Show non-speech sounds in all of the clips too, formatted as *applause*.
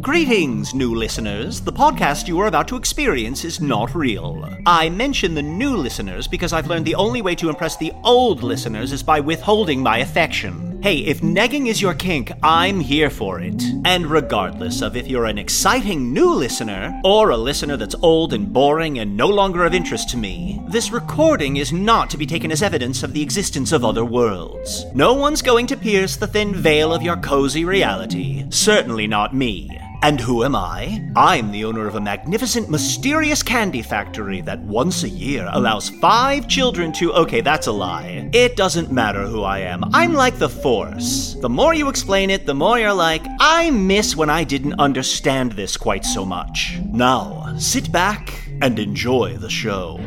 Greetings, new listeners. The podcast you are about to experience is not real. I mention the new listeners because I've learned the only way to impress the old listeners is by withholding my affection. Hey, if negging is your kink, I'm here for it. And regardless of if you're an exciting new listener or a listener that's old and boring and no longer of interest to me, this recording is not to be taken as evidence of the existence of other worlds. No one's going to pierce the thin veil of your cozy reality. Certainly not me. And who am I? I'm the owner of a magnificent, mysterious candy factory that once a year allows five children to. Okay, that's a lie. It doesn't matter who I am. I'm like the Force. The more you explain it, the more you're like, I miss when I didn't understand this quite so much. Now, sit back and enjoy the show.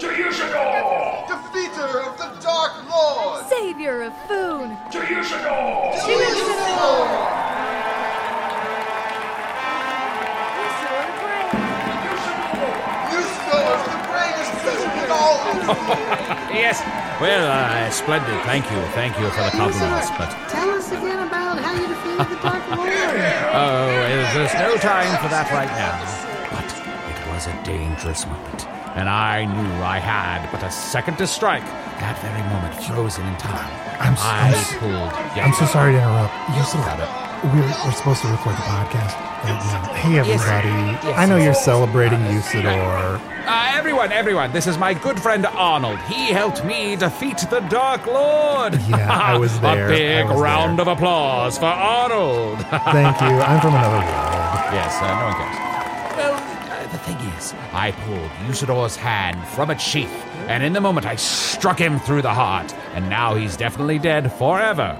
To Usador! Defeater of the Dark Lord! Savior of Foon! To Usador! Usador! Yusko is the greatest villain in all of Yes. Well, uh, splendid. Thank you. Thank you for the compliments. But Tell us again about how you defeated the Dark Lord. oh, it- there's no time for that right now. But it was a dangerous moment, and I knew I had but a second to strike. That very moment, frozen in time, I'm so- I I'm so- pulled. I'm so sorry to interrupt. You said got it. We're, we're supposed to record the podcast right now. Hey, everybody. I know you're celebrating Usador. Uh, everyone, everyone, this is my good friend Arnold. He helped me defeat the Dark Lord. Yeah, I was *laughs* there. a I big was round there. of applause for Arnold. Thank you. I'm from another world. Yes, uh, no one cares. Well, uh, the thing is, I pulled Usador's hand from a sheath, and in the moment I struck him through the heart, and now he's definitely dead forever.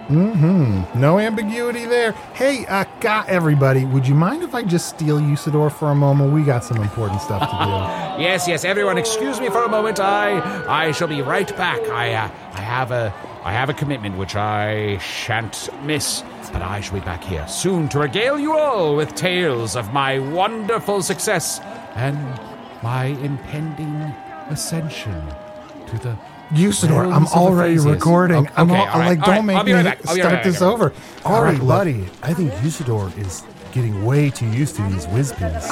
No ambiguity there. Hey, uh, got everybody. Would you mind if I just steal Usador for a moment? We got some important stuff to Yes, yes, everyone, excuse me for a moment. I, I shall be right back. I, uh, I have a, I have a commitment which I shan't miss. But I shall be back here soon to regale you all with tales of my wonderful success and my impending ascension to the. do. Usador, I'm realms of the already phases. recording. Okay, I'm all, all right, like, all right, don't make I'll be me right back. I'll be start right back. this over. All right, buddy. I think Usador is getting way too used to these whizpeas.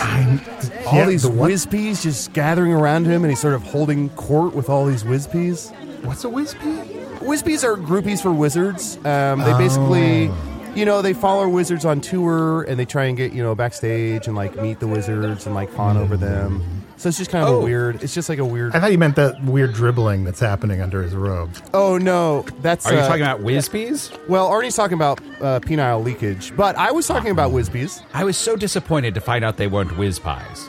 all Yeah, these the what- whizpeas just gathering around him, and he's sort of holding court with all these whizpeas. What's a whizpy? Whizpeas are groupies for wizards. Um, they Oh. basically, you know, they follow wizards on tour, and they try and get you know backstage and like meet the wizards and like fawn over them. So it's just kind of Oh. a weird. It's just like a weird. I thought you meant that weird dribbling that's happening under his robe. Oh no, that's. Are you uh, talking about whizpeas? Well, Arnie's talking about uh, penile leakage, but I was talking about whizbees. I was so disappointed to find out they weren't whiz pies.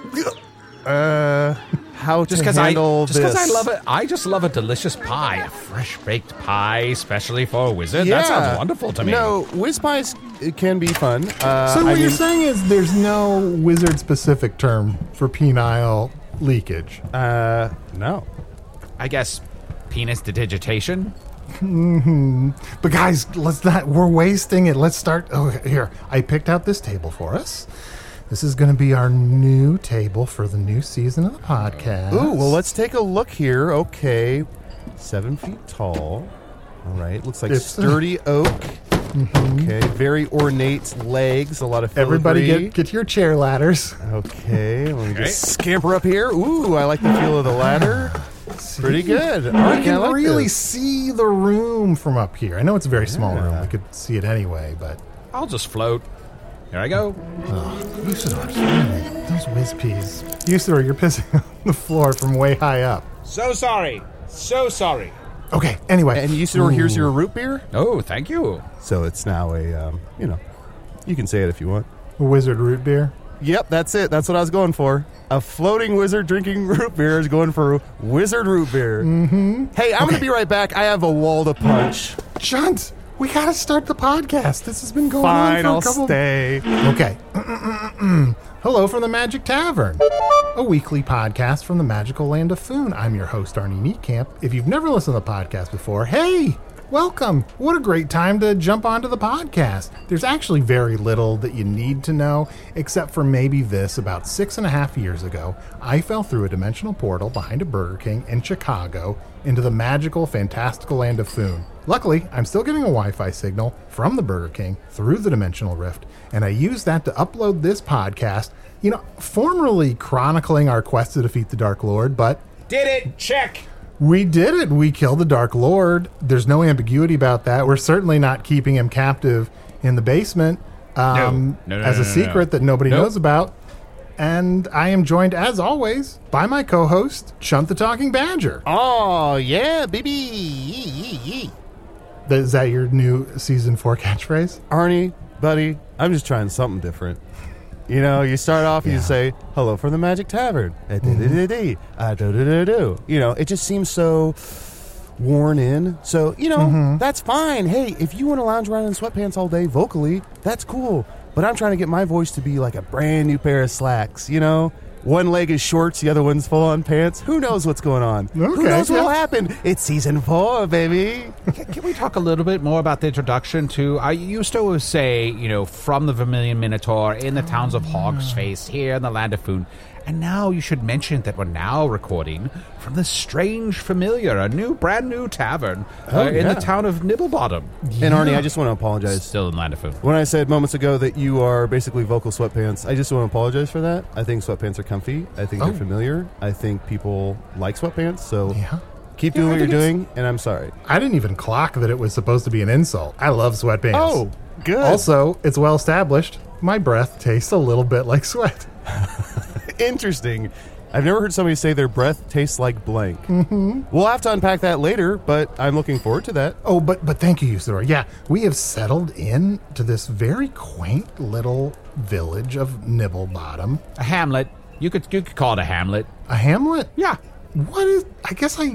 Uh, how Just to because I handle just because I this. love it, I just love a delicious pie, a fresh baked pie, especially for a wizard. That sounds wonderful to me. No, whiz pies uh, can be fun. Uh, So I what mean, you're saying is there's no wizard specific term for penile leakage. Uh, no. I guess penis digitation. Hmm. But guys, let's not. We're wasting it. Let's start. Oh, here. I picked out this table for us. This is going to be our new table for the new season of the podcast. Ooh, well, let's take a look here. Okay, seven feet tall. All right, looks like It's- *laughs* Mm-hmm. sturdy oak. Okay, very ornate legs. A lot of filigree. everybody get get your chair ladders. Okay, let me just scamper up here. Ooh, I like the feel of the ladder. *laughs* Pretty good. All I right, can I like really this. see the room from up here. I know it's a very small room. We could see it anyway, but I'll just float. Here I go. Usador, really, those whiz peas. Usador, you're pissing *laughs* on the floor from way high up. So sorry. So sorry. Okay. Anyway, And you said, here's Ooh. your root beer. Oh, thank you. So it's now a, um, you know, you can say it if you want. wizard root beer. Yep, that's it. That's what I was going for. A floating wizard drinking *laughs* root beer is going for wizard root beer. Mm-hmm. Hey, I'm going to be right back. I have a wall to punch. Shunt, we gotta start the podcast. This has been going Fine, I'll on for a couple. stay. Okay. *clears throat* Hello from the Magic Tavern, a weekly podcast from the magical land of Foon. I'm your host, Arnie Neatcamp. If you've never listened to the podcast before, hey, welcome. What a great time to jump onto the podcast. There's actually very little that you need to know, except for maybe this. About six and a half years ago, I fell through a dimensional portal behind a Burger King in Chicago into the magical, fantastical land of Foon. Luckily, I'm still getting a Wi Fi signal from the Burger King through the Dimensional Rift, and I use that to upload this podcast, you know, formerly chronicling our quest to defeat the Dark Lord, but Did it. Check. we did it. We killed the Dark Lord. There's no ambiguity about that. We're certainly not keeping him captive in the basement um, No, no, no, as a no, no, no. secret that nobody Nope. knows about. And I am joined, as always, by my co host, Chunt the Talking Badger. Oh, yeah, baby. Yee, yee, yee. Is that your new season four *laughs* catchphrase? Arnie, buddy, I'm just trying something different. You know, you start off, you say, hello from the Magic Tavern. Uh, Mm-hmm. da-da-da-dee, uh, do-do-do-do. You know, it just seems so worn in. So, you know, Mm-hmm. that's fine. Hey, if you want to lounge around in sweatpants all day vocally, that's cool. But I'm trying to get my voice to be like a brand new pair of slacks, you know? One leg is shorts, the other one's full on pants. Who knows what's going on? Who Okay, knows what'll yeah. happen? It's season four, *laughs* baby. Can, can we talk a little bit more about the introduction to? I used to always say, you know, from the Vermilion Minotaur in the towns of Hogsface, here in the land of Foon. And now you should mention that we're now recording from the Strange Familiar, a new, brand new tavern uh, in yeah. the town of Nibblebottom. And Arnie, I just want to apologize. Still in land of Foon. When I said moments ago that you are basically vocal sweatpants, I just want to apologize for that. I think sweatpants are comfy. I think Oh. they're familiar. I think people like sweatpants. So Yeah. keep doing what you're doing, and I'm sorry. I didn't even clock that it was supposed to be an insult. I love sweatpants. Oh, good. Also, it's well established my breath tastes a little bit like sweat. interesting. I've never heard somebody say their breath tastes like blank. Mm-hmm. We'll have to unpack that later, but I'm looking forward to that. Oh, but but thank you, Usador. Yeah, we have settled in to this very quaint little village of Nibble Bottom, A hamlet. You could, you could call it a hamlet. a hamlet. Yeah. What is? I guess I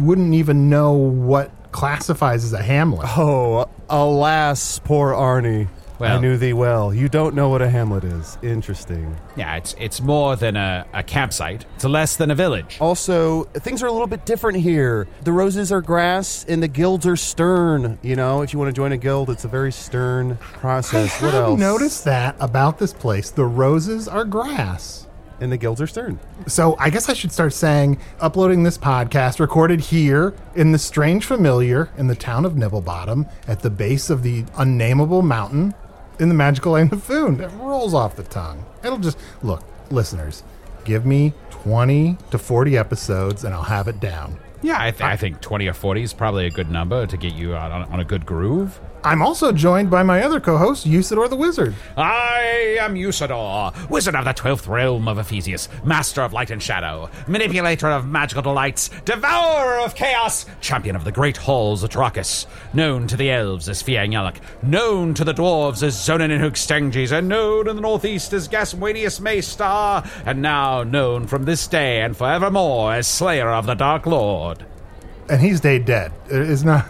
wouldn't even know what classifies as a hamlet. Oh, alas, poor Arnie. Well- I knew thee well. You don't know what a hamlet is. Interesting. Yeah, it's, it's more than a, a campsite, it's less than a village. Oh. Also, things are a little bit different here. The roses are grass and the guilds are stern. You know, if you want to join a guild, it's a very stern I process. what have else? noticed that about this place. The roses are grass. And the guilds are stern. So I guess I should start saying uploading this podcast recorded here in the strange familiar in the town of Nibblebottom at the base of the unnameable mountain in the magical land of Foon. That rolls off the tongue. It'll just look, listeners, give me 20 to 40 episodes and I'll have it down. Yeah, I, th- I think 20 or 40 is probably a good number to get you out on, on a good groove. I'm also joined by my other co host, Usador the Wizard. I am Usador, wizard of the twelfth realm of Ephesius, master of light and shadow, manipulator of magical delights, devourer of chaos, champion of the great halls of Trakus, known to the elves as Fiangyalak, known to the dwarves as Zonin and Hookstangis, and known in the northeast as Gaswanius Maystar, and now known from this day and forevermore as Slayer of the Dark Lord. And he's day dead. It's not.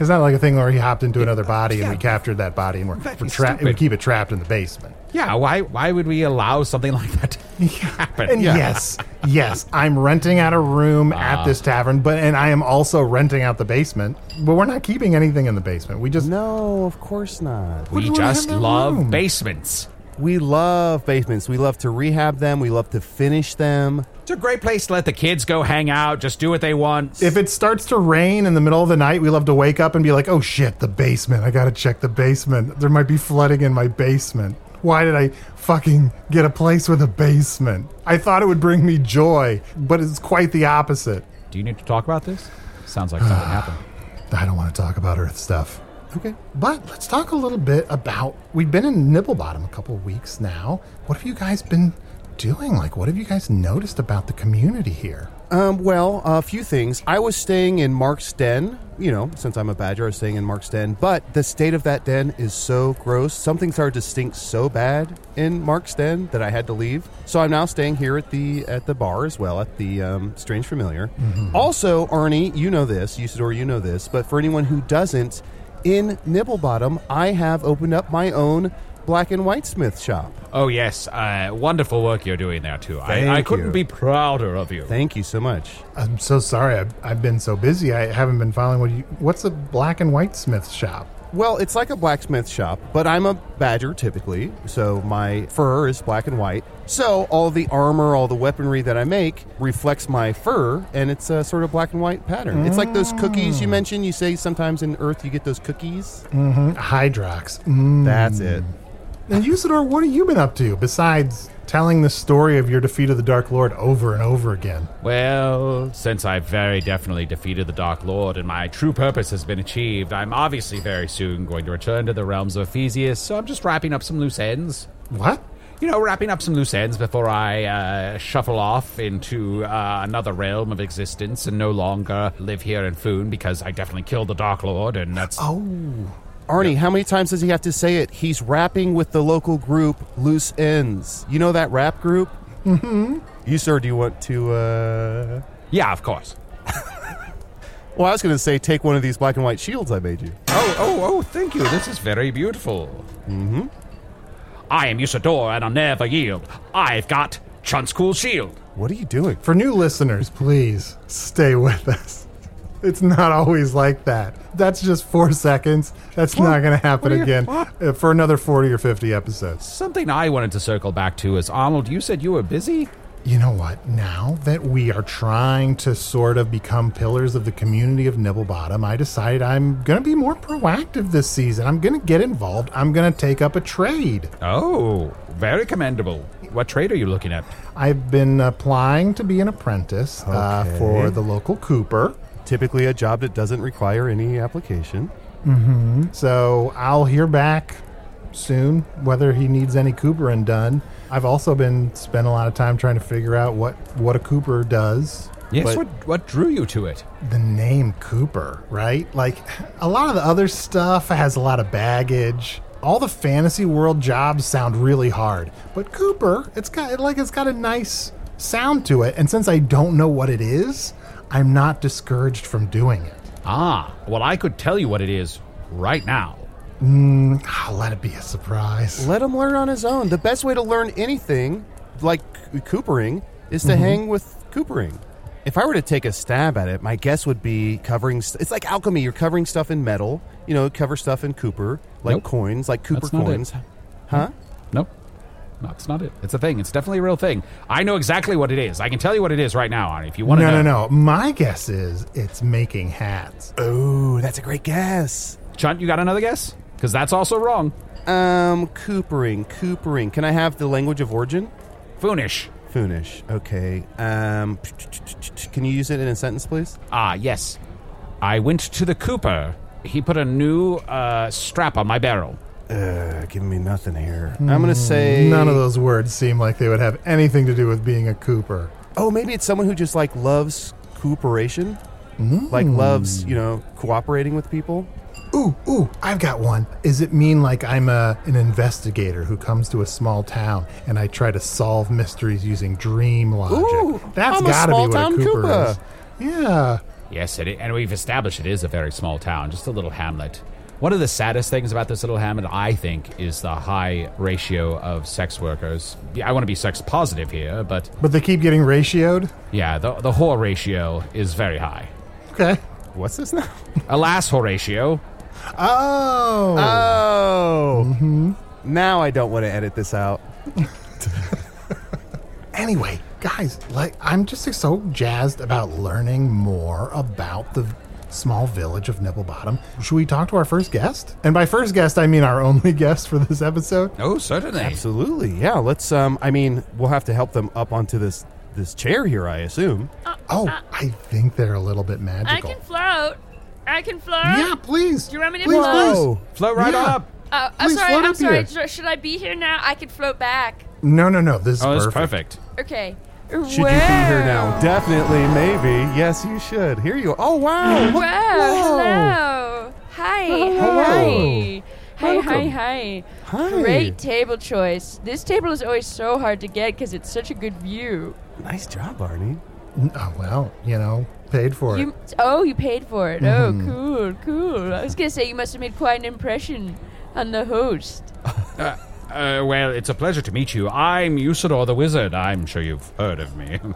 It's not like a thing where he hopped into another body and we captured that body and we're, That'd we're be tra- stupid. we keep it trapped in the basement. Yeah, why why would we allow something like that to *laughs* happen? And Yeah. Ah. yes, yes, I'm renting out a room at this tavern, but and I am also renting out the basement. But we're not keeping anything in the basement. We just No, of course not. We do we have just in that love room? basements. We love basements. We love to rehab them. We love to finish them. It's a great place to let the kids go hang out, just do what they want. if it starts to rain in the middle of the night, we love to wake up and be like, "Oh shit, the basement! I gotta check the basement. There might be flooding in my basement. Why did I fucking get a place with a basement? I thought it would bring me joy, but it's quite the opposite. do you need to talk about this? Sounds like something happened. I don't want to talk about Earth stuff." Okay. But let's talk a little bit about we've been in Nibblebottom a couple of weeks now. What have you guys been doing? Like, what have you guys noticed about the community here? Um, well, a few things. I was staying in Mark's den. You know, since I'm a badger, I was staying in Mark's den. But the state of that den is so gross. Something started to stink so bad in Mark's den that I had to leave. So I'm now staying here at the at the bar as well at the um, Strange Familiar. Also, Arnie, you know this, Usador, you know this. But for anyone who doesn't, in Nibblebottom, I have opened up my own black and white smith shop. *sighs* Oh yes, uh, wonderful work you're doing there too. Thank I, I couldn't you. be prouder of you. Thank you so much. I'm so sorry. I've, I've been so busy. I haven't been following what you. What's a black and white smith shop? Well, it's like a blacksmith shop, but I'm a badger typically, so my fur is black and white. So all the armor, all the weaponry that I make reflects my fur, and it's a sort of black and white pattern. It's like those cookies you mentioned. You say sometimes in Earth you get those cookies. Hydrox. Mm. That's it. And Usador, what have you been up to besides telling the story of your defeat of the Dark Lord over and over again? Well, since I've very definitely defeated the Dark Lord and my true purpose has been achieved, I'm obviously very soon going to return to the realms of Ephesius, so I'm just wrapping up some loose ends. What? you know, wrapping up some loose ends before I uh, shuffle off into uh, another realm of existence and no longer live here in Foon because I definitely killed the Dark Lord, and that's Arnie, how many times does he have to say it? He's rapping with the local group Loose Ends. You know that rap group? Mm-hmm. You sir, do you want to? uh yeah, of course. Well, I was going to say take one of these black and white shields I made you. Oh, oh, oh! Thank you. This is very beautiful. Mm-hmm. I am Usador, and I'll never yield. I've got Chun's cool shield. What are you doing? For new listeners, please stay with us. *laughs* It's not always like that. That's just four seconds. That's not going to happen What are you- again what? uh, for another 40 or 50 episodes. Something I wanted to circle back to is Arnold. You said you were busy. You know what? Now that we are trying to sort of become pillars of the community of Nibblebottom, I decided I'm going to be more proactive this season. I'm going to get involved. I'm going to take up a trade. Oh, very commendable. What trade are you looking at? I've been applying to be an apprentice uh, Okay. for the local Cooper. typically a job that doesn't require any application. So I'll hear back soon whether he needs any coopering done. I've also been spending a lot of time trying to figure out what what a cooper does. Yes. But- what what drew you to it? The name Cooper, right? Like a lot of the other stuff has a lot of baggage. All the fantasy world jobs sound really hard, but Cooper, it's got like it's got a nice sound to it. And since I don't know what it is, I'm not discouraged from doing it. Ah, well, I could tell you what it is right now. I'll Ah, let it be a surprise. Let him learn on his own. The best way to learn anything, like c- coopering, is Mm-hmm. to hang with coopering. If I were to take a stab at it, my guess would be covering. St- it's like alchemy. You're covering stuff in metal. You know, cover stuff in cooper, like Nope. coins, like cooper That's not it. coins. Huh? Nope. No, it's not it. It's a thing. It's definitely a real thing. I know exactly what it is. I can tell you what it is right now, Arnie, if you want to know. No, no, no. My guess is it's making hats. Oh, that's a great guess. Chunt, you got another guess? Because that's also wrong. Um, coopering, coopering. Can I have the language of origin? Foonish. Foonish. Okay. Um, can you use it in a sentence, please? Ah, yes. I went to the cooper. He put a new uh, strap on my barrel. Uh, give me nothing here. I'm gonna say Hmm, None of those words seem like they would have anything to do with being a Cooper. Oh, maybe it's someone who just like loves cooperation, like Hmm. loves you know cooperating with people. Ooh, ooh, I've got one. Is it mean like I'm a, an investigator who comes to a small town and I try to solve mysteries using dream logic? Ooh, That's I'm a gotta be what small-town a Cooper Cooper. is. Yeah. Yes, it, and we've established it is a very small town, just a little hamlet. One of the saddest things about this little hamlet, I think, is the high ratio of sex workers. Yeah, I want to be sex positive here, but But they keep getting ratioed? yeah, the, the whore ratio is very high. Okay. What's this now? Alas, Horatio. Oh. Mm-hmm. Oh, now I don't want to edit this out. anyway, guys, like I'm just so jazzed about learning more about the small village of Nibblebottom. Should we talk to our first guest? And by first guest, I mean our only *laughs* guest for this episode. Oh, certainly. Absolutely, yeah. Let's. Um, I mean, we'll have to help them up onto this this chair here, I assume. Oh, I think they're a little bit Uh, I magical. can float. I can float. yeah, please. Do you want me to please, float? Please. Float right Yeah. up. Oh, I'm Please sorry. float I'm up sorry. here. Sh- Should I be here now? I can float back. No, no, no. This is Oh, that's perfect. perfect. Okay. Should you be here now? Definitely, maybe. Yes, you should. Here you are. Oh wow! Look- Wow. Whoa. Hello. Hi. Hello. Hi. Hi, hi, Welcome. hi. Hi. Great table choice. This table is always so hard to get because it's such a good view. Nice job, Arnie. N- Oh, well, you know, paid for You, it. Mm-hmm. oh, you paid for it. Oh, cool, cool. I was going to say you must have made quite an impression on the host. Uh, well, it's a pleasure to meet you. I'm Usador the Wizard. I'm sure you've heard of me. *laughs*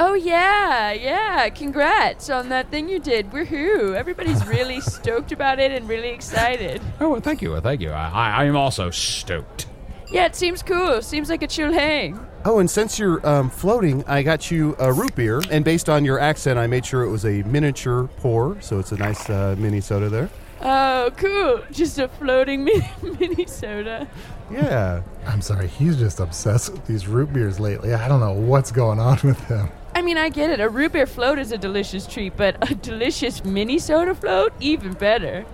Oh, yeah, yeah. Congrats on that thing you did. Woohoo. Everybody's *laughs* really stoked about it and really excited. oh, well, thank you. Well, thank you. I, I, I'm also stoked. Yeah, it seems cool. Seems like a chill hang. Oh, and since you're um, floating, I got you a root beer, and based on your accent, I made sure it was a miniature pour, so it's a nice uh, mini soda there. Oh, cool. Just a floating *laughs* mini, mini soda. Yeah. I'm sorry. He's just obsessed with these root beers lately. I don't know what's going on with him. I mean, I get it. A root beer float is a delicious treat, but a delicious mini soda float? Even better.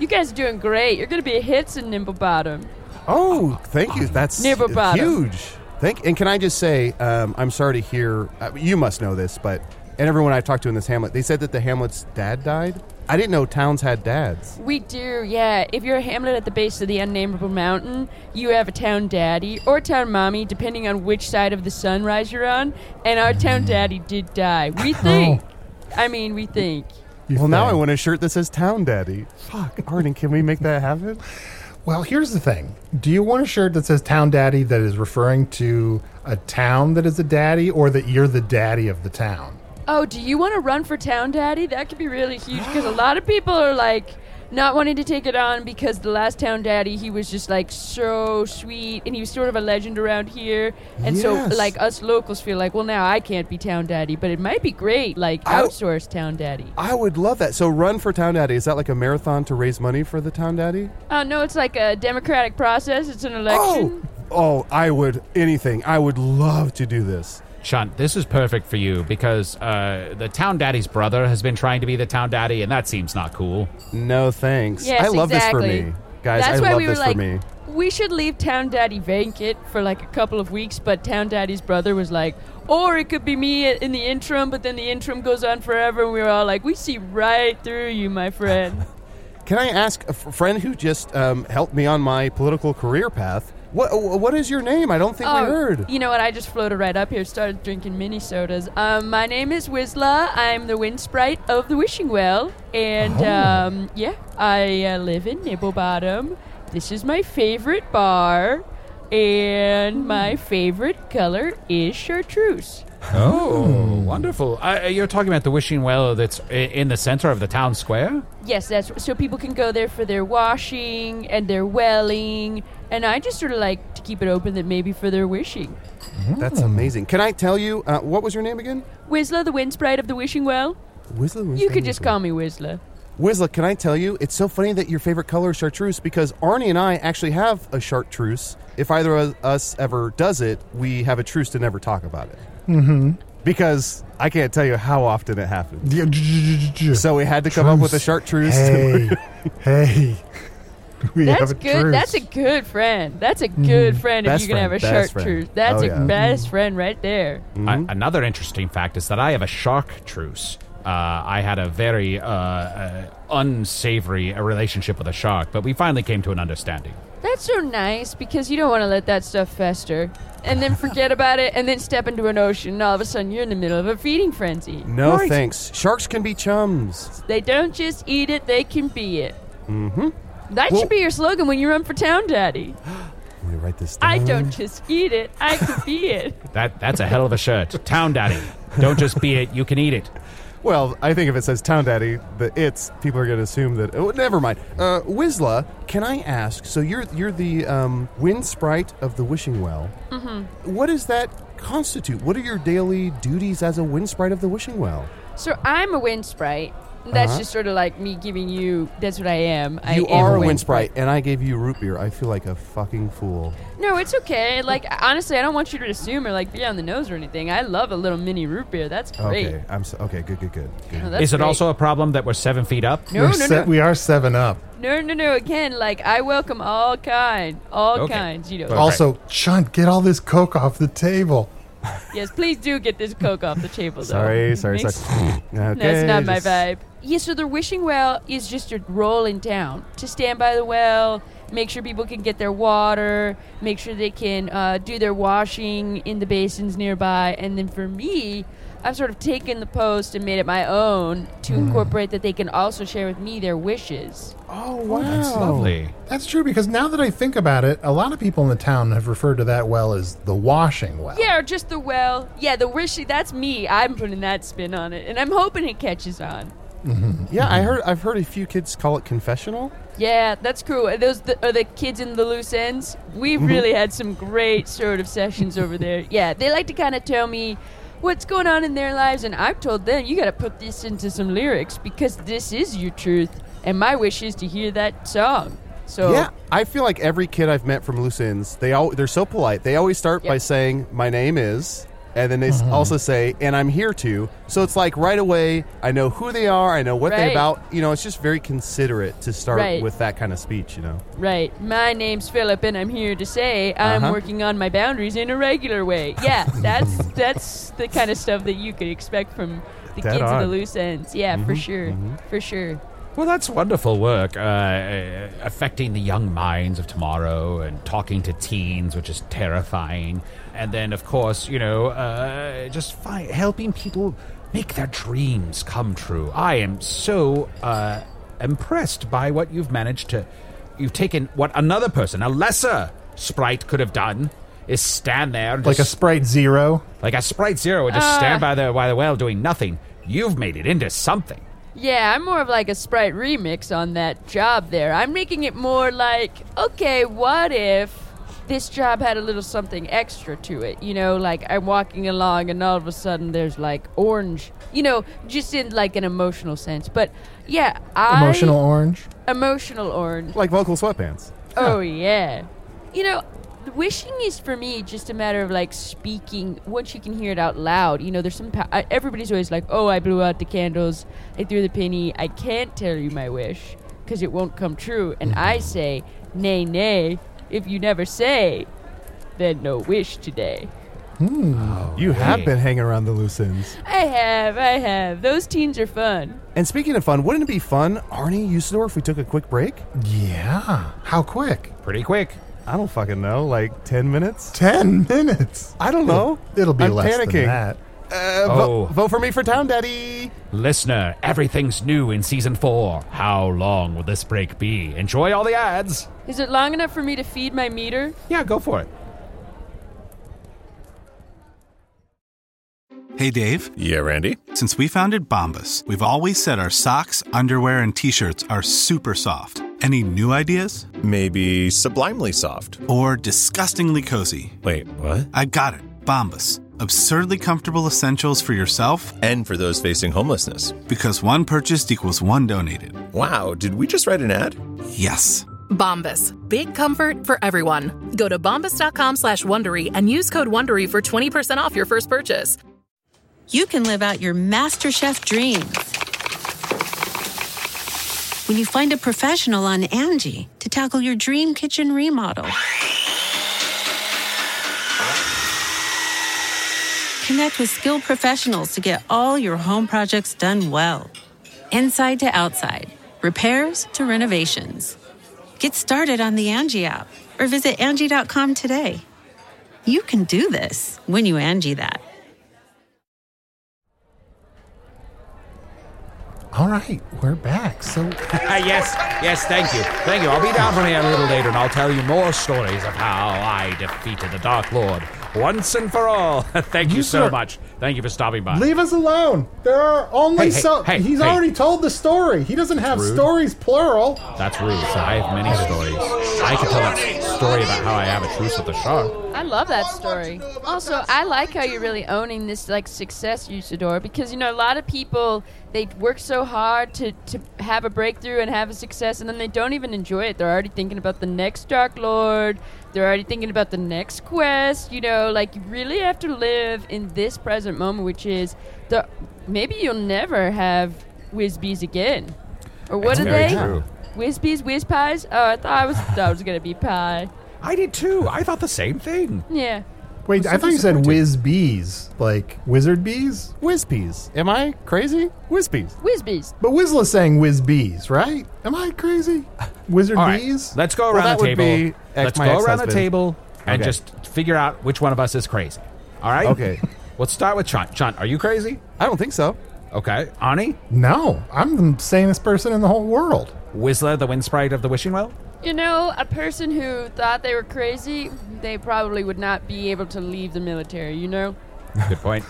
You guys are doing great. You're going to be hits in Nimble Bottom. Oh, thank you. That's Nibble bottom. huge. Thank. And can I just say, um, I'm sorry to hear. Uh, you must know this, but and everyone I've talked to in this hamlet, they said that the hamlet's dad died. I didn't know towns had dads. We do, yeah. If you're a hamlet at the base of the unnameable mountain, you have a town daddy or town mommy, depending on which side of the sunrise you're on. And our town daddy did die. Oh. We think. I mean, we think. You Well, now I think. want a shirt that says "Town Daddy." Fuck, Arden, can we make that happen? Well, here's the thing. Do you want a shirt that says Town Daddy that is referring to a town that is a daddy or that you're the daddy of the town? Oh, do you want to run for town daddy? That could be really huge because a lot of people are like not wanting to take it on because the last town daddy, he was just like so sweet and he was sort of a legend around here. And Yes. so, like, us locals feel like, well, now I can't be town daddy, but it might be great, like, I- outsource town daddy. I would love that. So, run for Town Daddy. Is that like a marathon to raise money for the Town Daddy? Oh, no, it's like a democratic process, it's an election. oh, I would anything. I would love to do this. Shunt, this is perfect for you because uh, the town daddy's brother has been trying to be the town daddy, and that seems not cool. No thanks. Yes, I love exactly. this for me, guys. That's I why love we were this like, for me. we should leave Town Daddy vacant for like a couple of weeks. But Town Daddy's brother was like, or it could be me in the interim. But then the interim goes on forever, and we were all like, we see right through you, my friend. Can I ask a f- friend who just um, helped me on my political career path? What What is your name? I don't think we heard. Oh, you know what? I just floated right up here, started drinking mini sodas. Um, my name is Wizla. I'm the wind sprite of the Wishing Well, and um, yeah, I uh, live in Nibblebottom. This is my favorite bar, and my favorite color is chartreuse. Oh, wonderful. Uh, you're talking about the wishing well that's i- in the center of the town square? Yes, that's so people can go there for their washing and their welling, and I just sort of like to keep it open that maybe for their wishing. That's amazing. Can I tell you uh, what was your name again? Wizla, the wind sprite of the Wishing Well. Whistler. You could just call me Wizla. Whistler. Can I tell you? It's so funny that your favorite color is chartreuse because Arnie and I actually have a chartreuse. If either of us ever does it, we have a truce to never talk about it. Mm-hmm. because I can't tell you how often it happened. So we had to come up Truce. with a chartreuse. Hey, *laughs* hey. We have That's a good. That's a truce. good friend. That's a good friend Best if you can friend, have a best shark friend. truth. That's Oh, a yeah. best friend right there. I- another interesting fact is that I have a shark truce. Uh, I had a very uh, uh, unsavory uh, relationship with a shark, but we finally came to an understanding. That's so nice because you don't want to let that stuff fester and then forget about it and then step into an ocean and all of a sudden you're in the middle of a feeding frenzy. No thanks. Sharks can be chums. They don't just eat it, they can be it. Mm-hmm. That Well- should be your slogan when you run for town, Daddy. Let me write this down. I don't just eat it, I can be it. That that's a hell of a shirt, Town Daddy. Don't just be it; you can eat it. Well, I think if it says Town Daddy, the it's people are going to assume that. Oh, never mind. Uh, Wizla, can I ask? So you're you're the um, wind sprite of the wishing well. Mhm. What does that constitute? What are your daily duties as a wind sprite of the wishing well? So I'm a wind sprite. That's Uh-huh. just sort of like me giving you, that's what I am. I you am are a wind wind sprite, and I gave you root beer. I feel like a fucking fool. No, it's okay. Like honestly, I don't want you to assume or like be on the nose or anything. I love a little mini root beer. That's great. Okay, I'm so, okay. Good, good, good. No, that's is it great. also a problem that we're seven feet up? No, We're no, se- no. We are seven up. No, no, no. Again, like I welcome all kind, all Okay. kinds. You know. Also, Chunt, get all this coke off the table. yes, please do get this coke off the table. though. Sorry, sorry, Makes- sorry. *laughs* okay, *laughs* That's not my just- vibe. Yeah, so the wishing well is just a role in town to stand by the well, make sure people can get their water, make sure they can uh, do their washing in the basins nearby. And then for me, I've sort of taken the post and made it my own to incorporate that they can also share with me their wishes. Oh, Wow. That's true because now that I think about it, a lot of people in the town have referred to that well as the washing well. Yeah, or just the well. Yeah, the wishing. That's me. I'm putting that spin on it. And I'm hoping it catches on. Yeah, I heard. I've heard a few kids call it confessional. Yeah, that's cool. Are those the, are the kids in the loose ends? We Mhm. really had some great sort of sessions over there. Yeah, they like to kind of tell me what's going on in their lives, and I've told them you got to put this into some lyrics because this is your truth, and my wish is to hear that song. So Yeah, I feel like every kid I've met from Loose Ends, they all they're so polite. They always start by Yep. saying my name is, and then they s also say and I'm here to. So it's like right away, I know who they are, I know what Right. they about. You know, it's just very considerate to start Right. with that kind of speech. You know, right, my name's Philip, and I'm here to say I'm Uh-huh. working on my boundaries in a regular way. Yeah, that's that's the kind of stuff that you could expect from the Dead kids in on. the loose ends. Yeah, for Mhm, sure, for sure. Well, that's wonderful work, uh, uh, affecting the young minds of tomorrow and talking to teens, which is terrifying. And then, of course, you know, uh, just fi- helping people make their dreams come true. I am so uh, impressed by what you've managed to. You've taken what another person, a lesser sprite, could have done. Is stand there and Like a just Sprite Zero. like a sprite zero and just Ah. stand by the by the well doing nothing. You've made it into something. Yeah, I'm more of like a Sprite remix on that job there. I'm making it more like, okay, what if this job had a little something extra to it? You know, like I'm walking along and all of a sudden there's like orange, you know, just in like an emotional sense. But yeah, I. Emotional orange. Emotional orange. like vocal sweatpants. Oh, yeah. You know, wishing is for me just a matter of like speaking once you can hear it out loud. You know, there's some. Pa- I- everybody's always like, oh, I blew out the candles, I threw the penny, I can't tell you my wish because it won't come true. And I say, nay, nay, if you never say, then no wish today. Oh, you have hey. been hanging around the Loose Ends. I have, I have. Those teens are fun. And speaking of fun, wouldn't it be fun, Arnie Usador, if we took a quick break? Yeah. How quick? Pretty quick. I don't fucking know. Like ten minutes. Ten minutes. I don't know. It'll be I'm less panicking. than that. Uh, Oh. vote, vote for me for Town Daddy. Listener, everything's new in season four. How long will this break be? Enjoy all the ads. Is it long enough for me to feed my meter? Yeah, go for it. *laughs* Hey, Dave. Yeah, Randy. Since we founded Bombus, we've always said our socks, underwear, and t shirts are super soft. Any new ideas? Maybe sublimely soft. Or disgustingly cozy. Wait, what? I got it. Bombus. Absurdly comfortable essentials for yourself and for those facing homelessness. Because one purchased equals one donated. Wow, did we just write an ad? Yes. Bombas. Big comfort for everyone. Go to bombas.com slash Wondery and use code Wondery for 20% off your first purchase. You can live out your MasterChef dreams when you find a professional on Angie to tackle your dream kitchen remodel. Connect with skilled professionals to get all your home projects done well. Inside to outside, repairs to renovations. Get started on the Angie app or visit Angie.com today. You can do this when you Angie that. All right, we're back. So Ah, yes, yes, thank you. Thank you. I'll be down from here a little later and I'll tell you more stories of how I defeated the Dark Lord once and for all. *laughs* Thank you, You so sir- much. Thank you for stopping by. *laughs* leave us alone. There are only Hey, hey, so. hey, he's hey. already told the story. He doesn't have rude. stories plural. That's rude. I have many stories. I could tell that story about how I have a truce with the shark. I love that story. Also, I like how you're really owning this like success, Usador, because you know a lot of people they work so hard to to have a breakthrough and have a success, and then they don't even enjoy it. They're already thinking about the next Dark Lord. They're already thinking about the next quest. You know, like you really have to live in this present moment, which is the maybe you'll never have Whizbees again, or what That's are very they? true. Whizbees, Whiz pies. Oh, I thought I was thought it was gonna be pie. I did too. I thought the same thing. Yeah. Wait, I so thought you said whiz bees, like wizard bees. Whiz bees. Am I crazy? Whiz bees. Whizbees. But Wizla's saying whiz bees, right? Am I crazy? Wizard All right, bees. let's go Well, around that the would table. be ex- let's my go around the ex-husband. table and Okay. just figure out which one of us is crazy. All right. Okay. *laughs* let's start with Chant. Chant, are you crazy? I don't think so. Okay. Ani, No, I'm the sanest person in the whole world. Whistler, the wind sprite of the wishing *laughs* well. You know, a person who thought they were crazy, they probably would not be able to leave the military, you know? Good point.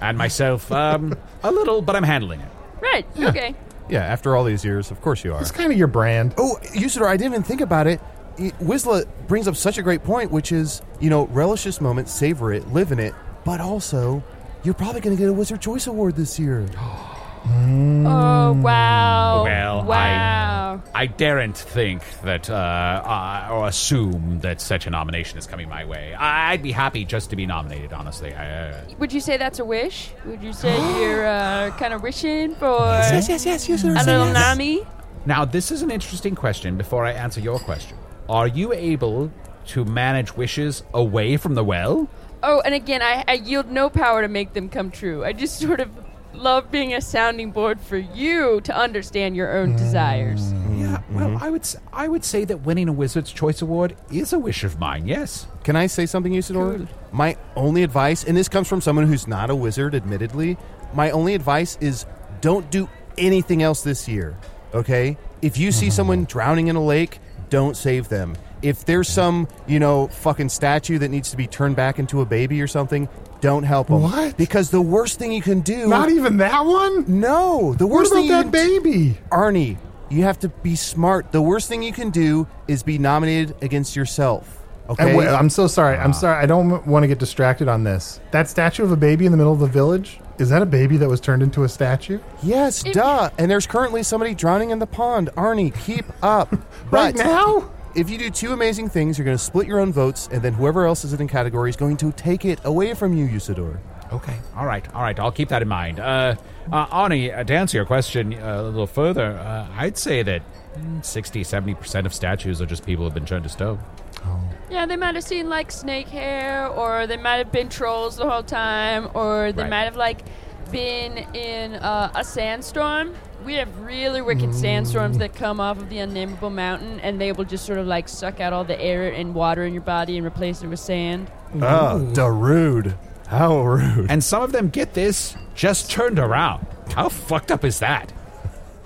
and myself, um, a little, but I'm handling it. Right, okay. Yeah, after all these years, of course you are. It's kind of your brand. Oh, Usador, I didn't even think about it. Y- Whistler brings up such a great point, which is, you know, relish this moment, savor it, live in it, but also, you're probably going to get a Wizard Choice Award this year. Oh, wow. Hmm. Well, wow. I, I daren't think that, uh, uh, or assume that such a nomination is coming my way. I- I'd be happy just to be nominated, honestly. I, uh, Would you say that's a wish? Would *gasps* you say you're uh, kind of wishing for Yes, yes, yes, yes, yes, a little yes. Nami? Now, this is an interesting question before I answer your question. Are you able to manage wishes away from the well? Oh, and again, I, I yield no power to make them come true. I just sort of love being a sounding board for you to understand your own desires. Yeah, well, I would s- I would say that winning a Wizard's Choice Award is a wish of mine, yes. Can I say something, Usador? My only advice, and this comes from someone who's not a wizard, admittedly, my only advice is don't do anything else this year, okay? If you see someone Mm-hmm. drowning in a lake, don't save them. If there's some, you know, fucking statue that needs to be turned back into a baby or something, don't help them. What? Because the worst thing you can do. Not even that one. No, the What worst about thing you that can do- baby? Arnie, you have to be smart. The worst thing you can do is be nominated against yourself. Okay. And wait, I'm so sorry. I'm sorry. I don't want to get distracted on this. That statue of a baby in the middle of the village is that a baby that was turned into a statue? Yes, duh. And there's currently somebody drowning in the pond. Arnie, keep *laughs* up. Right But now? If you do two amazing things, you're going to split your own votes, and then whoever else is in category is going to take it away from you, Usador. Okay. All right. All right. I'll keep that in mind. Uh, uh, Ani, uh, to answer your question uh, a little further, uh, I'd say that mm, 60, 70% of statues are just people who've been turned to stone. Yeah, they might have seen like snake hair, or they might have been trolls the whole time, or they Right. might have like been in uh, a sandstorm. We have really wicked sandstorms that come off of the unnameable mountain, and they will just sort of like suck out all the air and water in your body and replace it with sand. Oh, rude. How rude. And some of them get this just turned around. How fucked up is that?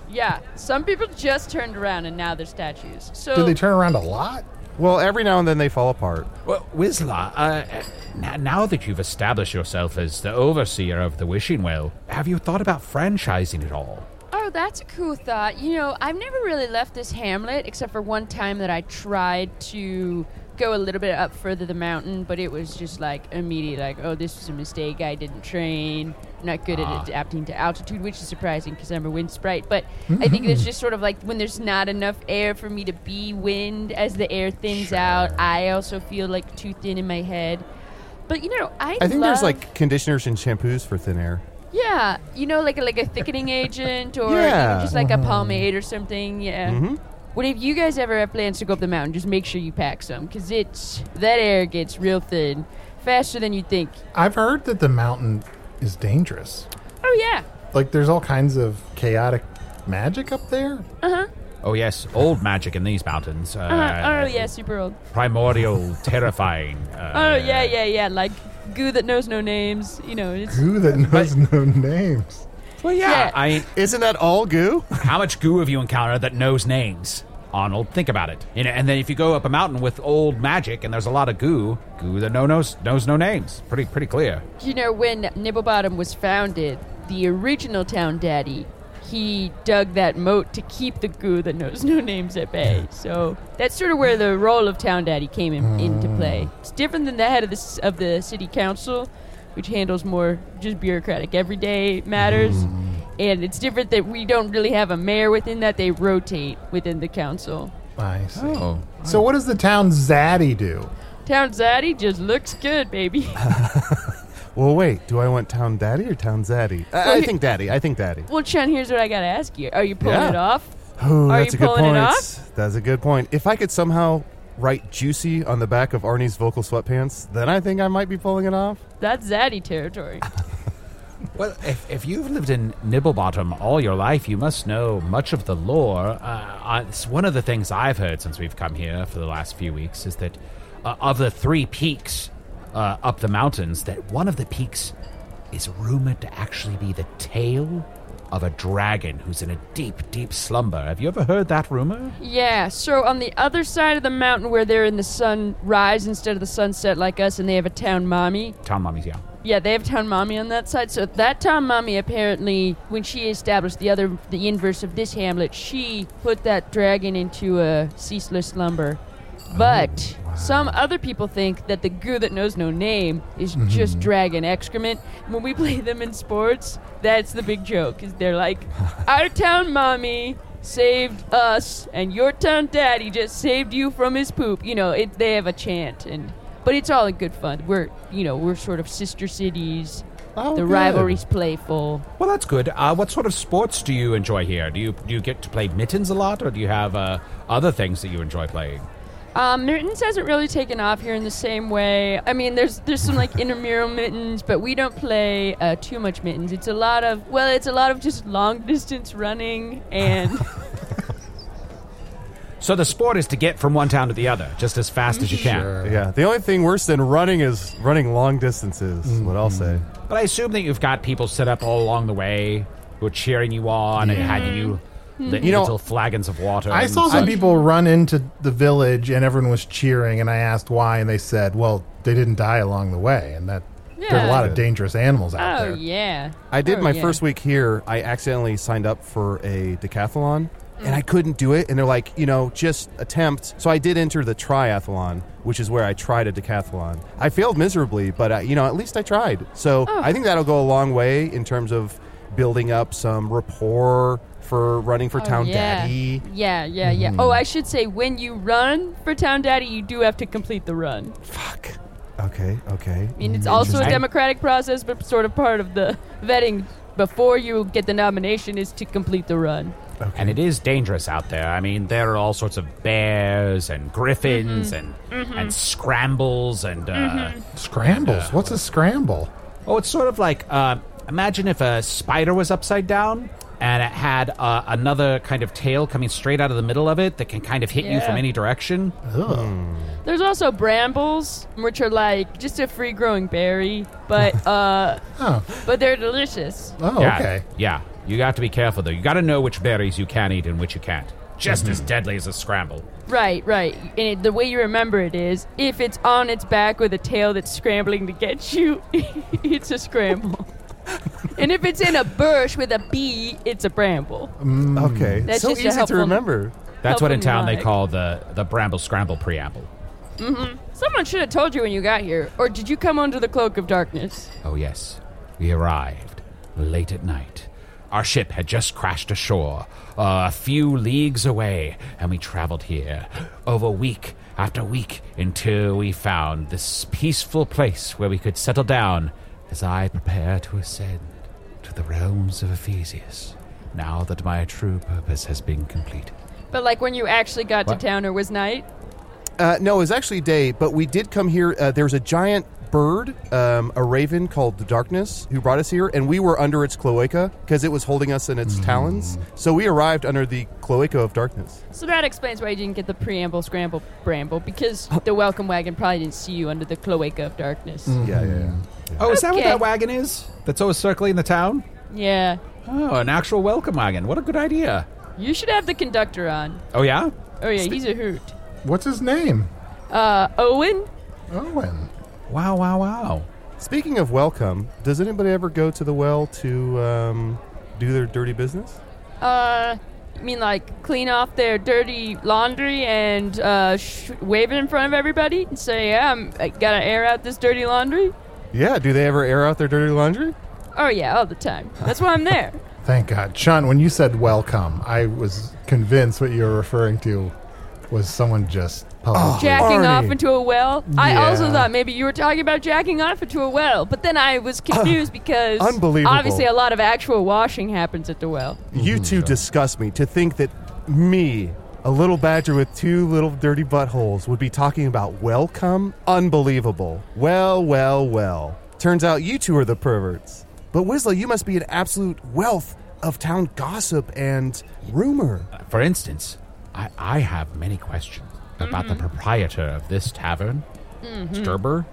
Yeah, some people just turned around and now they're statues. So Did they turn around a lot? Well, every now and then they fall apart. Well, Wizla, uh, n- now that you've established yourself as the overseer of the Wishing Well, have you thought about franchising it all? Oh, that's a cool thought. You know, I've never really left this hamlet except for one time that I tried to go a little bit up further the mountain, but it was just like immediate, like, oh, this was a mistake. I didn't train. Not good Ah. at adapting to altitude, which is surprising because I'm a wind sprite. But *laughs* I think there's Mhm. just sort of like when there's not enough air for me to be wind as the air thins out. I also feel like too thin in my head. But you know, I I think there's love- like conditioners and shampoos for thin air. yeah, you know, like like a thickening agent or Yeah. even just like a Mhm. pomade or something. Yeah. Mhm. What if you guys ever have plans to go up the mountain? Just make sure you pack some, cause it's that air gets real thin faster than you think. I've heard that the mountain is dangerous. Oh yeah. Like there's all kinds of chaotic magic up there. Uh huh. Oh, yes, old magic in these mountains. Uh, Uh huh. Oh yeah, super old. Primordial, terrifying. Oh Uh, yeah, yeah, yeah. Like goo that knows no names. You know, it's Who that knows no names? Well, yeah. I, Isn't that all goo? how much goo have you encountered that knows names? Arnold, think about it. You know, and then if you go up a mountain with old magic and there's a lot of goo, goo that no knows knows no names. Pretty pretty clear. You know, when Nibblebottom was founded, the original town daddy, he dug that moat to keep the goo that knows no names at bay. So that's sort of where the role of town daddy came in, into Mm. play. It's different than the head of the, s- of the city council, which handles more just bureaucratic everyday matters. Mm. And it's different that we don't really have a mayor within that, they rotate within the council. I see. Oh. So what does the town zaddy do? Town daddy just looks good, baby. *laughs* Well, wait. Do I want town daddy or town zaddy? I- Well, I you- think daddy. I think daddy. well, Chen, here's what I gotta ask you Are you pulling Yeah. it off? Oh, Are that's you a good pulling it point. off? That's a good point. If I could somehow write juicy on the back of Arnie's vocal sweatpants, then I think I might be pulling it off. That's zaddy territory. Well, if, if you've lived in Nibblebottom all your life, you must know much of the lore. Uh, Uh, it's one of the things I've heard since we've come here for the last few weeks is that uh, of the three peaks uh, up the mountains, that one of the peaks is rumored to actually be the tail of a dragon who's in a deep, deep slumber. Have you ever heard that rumor? *laughs* Yeah, so on the other side of the mountain where they're in the sunrise instead of the sunset like us and they have a town mommy. Town mummies, yeah. Yeah, they have town mommy on that side. So that town mommy apparently when she established the other the inverse of this hamlet, she put that dragon into a ceaseless slumber. But some other people think that the goo that knows no name is just Mhm. dragon excrement. When we *laughs* play them in sports, that's the big joke. Is they're like, our town mommy saved us, and your town daddy just saved you from his poop. You know, it, they have a chant, and but it's all in good fun. We're you know we're sort of sister cities. the good. rivalry's playful. Well, that's good. Uh, what sort of sports do you enjoy here? Do you do you get to play mittens a lot, or do you have uh, other things that you enjoy playing? Um, mittens hasn't really taken off here in the same way. I mean, there's there's some *laughs* like intramural mittens, but we don't play uh, too much mittens. It's a lot of well, it's a lot of just long distance running and *laughs* So the sport is to get from one town to the other just as fast as you can. Yeah. The only thing worse than running is running long distances. is What I'll say. But I assume that you've got people set up all along the way who are cheering you on and handing you li- Hmm. You know, little flagons of water. I and saw some such. people run into the village and everyone was cheering, and I asked why, and they said, "Well, they didn't die along the way, and that there's a Yeah. lot of dangerous animals out oh there." yeah. I did Oh, my yeah. first week here. I accidentally signed up for a decathlon and I couldn't do it. And they're like, you know, just attempt. So I did enter the triathlon, which is where I tried a decathlon. I failed miserably, but, I, you know, at least I tried. So Oh. I think that'll go a long way in terms of building up some rapport for running for Oh, Town yeah. Daddy. Yeah, yeah, yeah. Mhm. Oh, I should say when you run for Town Daddy, you do have to complete the run. Okay, okay. I mean, it's also a democratic process, but sort of part of the vetting before you get the nomination is to complete the run. And it is dangerous out there. I mean, there are all sorts of bears and griffins Mm-hmm. and Mhm. and scrambles and uh, Scrambles. and, uh, What's a scramble? Oh, it's sort of like uh, imagine if a spider was upside down and it had uh, another kind of tail coming straight out of the middle of it that can kind of hit you Yeah. from any direction. Hmm. There's also brambles, which are like just a free-growing berry, but uh, but they're delicious. Oh, yeah, Yeah, you have to be careful though. You got to know which berries you can eat and which you can't. Just as deadly as a scramble. Right, right. And it, the way you remember it is if it's on its back with a tail that's scrambling to get *laughs* you, it's a scramble. and if it's in a bush with a bee, it's a bramble. Okay. That's so just a easy to helpful- remember. That's what in helpful town they mnemonic. call the the bramble scramble preamble. hmm Someone should have told you when you got here. Or did you come under the cloak of darkness? Oh, yes. We arrived late at night. Our ship had just crashed ashore uh, a few leagues away, and we traveled here over week after week until we found this peaceful place where we could settle down as I prepare to ascend to the realms of Ephesius now that my true purpose has been completed. But like when you actually got What? to town or was night? Uh, no, it was actually day, but we did come here. Uh, there was a giant bird, um, a raven called the Darkness, who brought us here, and we were under its cloaca because it was holding us in its talons. So we arrived under the cloaca of darkness. So that explains why you didn't get the preamble, scramble, bramble, because the welcome wagon probably didn't see you under the cloaca of darkness. Yeah, yeah, yeah. Oh, is that what Okay. that wagon is? That's always circling the town? Yeah. Oh, an actual welcome wagon. What a good idea. You should have the conductor on. Oh, yeah? Oh, yeah, he's a hoot. What's his name? Uh, Owen? Owen. Wow, wow, wow. Speaking of welcome, does anybody ever go to the well to um, do their dirty business? Uh, you mean like clean off their dirty laundry and uh, sh- wave it in front of everybody and say, yeah, I'm, I gotta air out this dirty laundry? Yeah, do they ever air out their dirty laundry? Oh, yeah, all the time. That's why I'm there. Thank God. Sean, when you said welcome, I was convinced what you were referring to was someone just Oh. public- jacking off into a well. I also Yeah. thought maybe you were talking about jacking off into a well, but then I was confused because Uh, unbelievable. obviously a lot of actual washing happens at the well. You two disgust me. To think that me, a little badger with two little dirty buttholes, would be talking about welcome? Unbelievable. Well, well, well. Turns out you two are the perverts. But Whistler, you must be an absolute wealth of town gossip and rumor. For instance, I, I have many questions about the proprietor of this tavern, Sturber.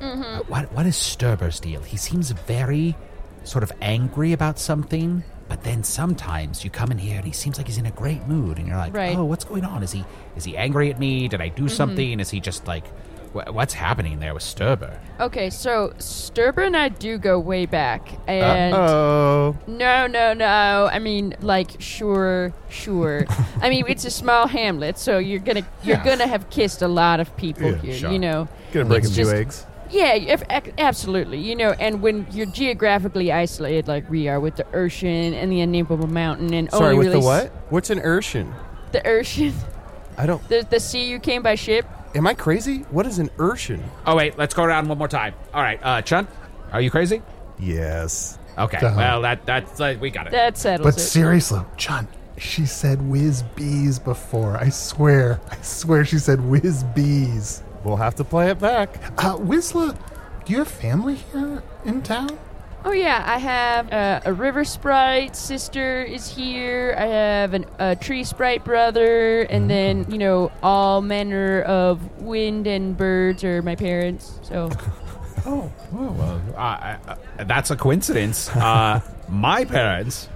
Mm-hmm. What, what is Sturber's deal? He seems very sort of angry about something, but then sometimes you come in here and he seems like he's in a great mood, and you're like, Right. oh, what's going on? Is he is he angry at me? Did I do Mhm. something? Is he just like, wh- what's happening there with Sturber? Okay, so Sturber and I do go way back, and oh. no, no, no. I mean, like, sure, sure. I mean, it's a small hamlet, so you're gonna you're Yeah. gonna have kissed a lot of people here, you know. Gonna break a It's few just- eggs. Yeah, if, ac- absolutely. You know, and when you're geographically isolated like we are with the Urshan and the Unnameable Mountain and Sorry, only with really the s- what? What's an urshin? the Urshan, I don't. *laughs* the the sea you came by ship. Am I crazy? What is an urshin? Oh wait, let's go around one more time. All right, uh, Chun, are you crazy? Yes. Okay. Duh. Well, that that's uh, we got it. That settles But it. seriously, John, she said whiz bees before. I swear. I swear she said whiz bees. We'll have to play it back. Uh, Whistler, do you have family here in town? Oh yeah, I have uh, a river sprite sister is here. I have an, a tree sprite brother, Mm-hmm. and then you know all manner of wind and birds are my parents. *laughs* So oh, well, uh, uh, uh, that's a coincidence. *laughs* Uh, my parents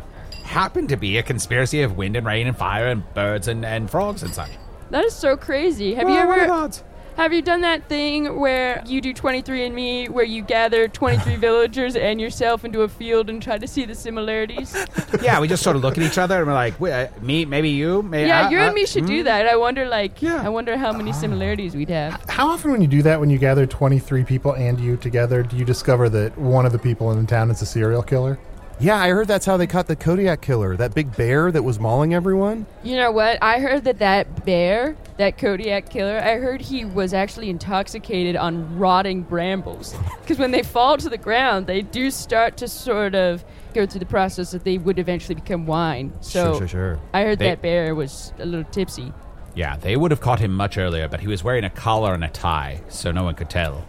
happen to be a conspiracy of wind and rain and fire and birds and, and frogs and such. Oh, that is so crazy. Have you Well, what ever? are Have you done that thing where you do 23andMe, where you gather *laughs* 23 villagers and yourself into a field and try to see the similarities? Yeah, we just sort of look at each other and we're like, "Wait, uh, me, maybe you, maybe yeah, I- you I- and me should do hmm?" that. I wonder, like, I wonder how many similarities we'd have. How often, when you do that, when you gather 23 people and you together, do you discover that one of the people in the town is a serial killer? Yeah, I heard that's how they caught the Kodiak killer, that big bear that was mauling everyone. You know what? I heard that that bear, that Kodiak killer, I heard he was actually intoxicated on rotting brambles. Because when they fall to the ground, they do start to sort of go through the process that they would eventually become wine. So sure, sure. I heard They- that bear was a little tipsy. Yeah, they would have caught him much earlier, but he was wearing a collar and a tie, so no one could tell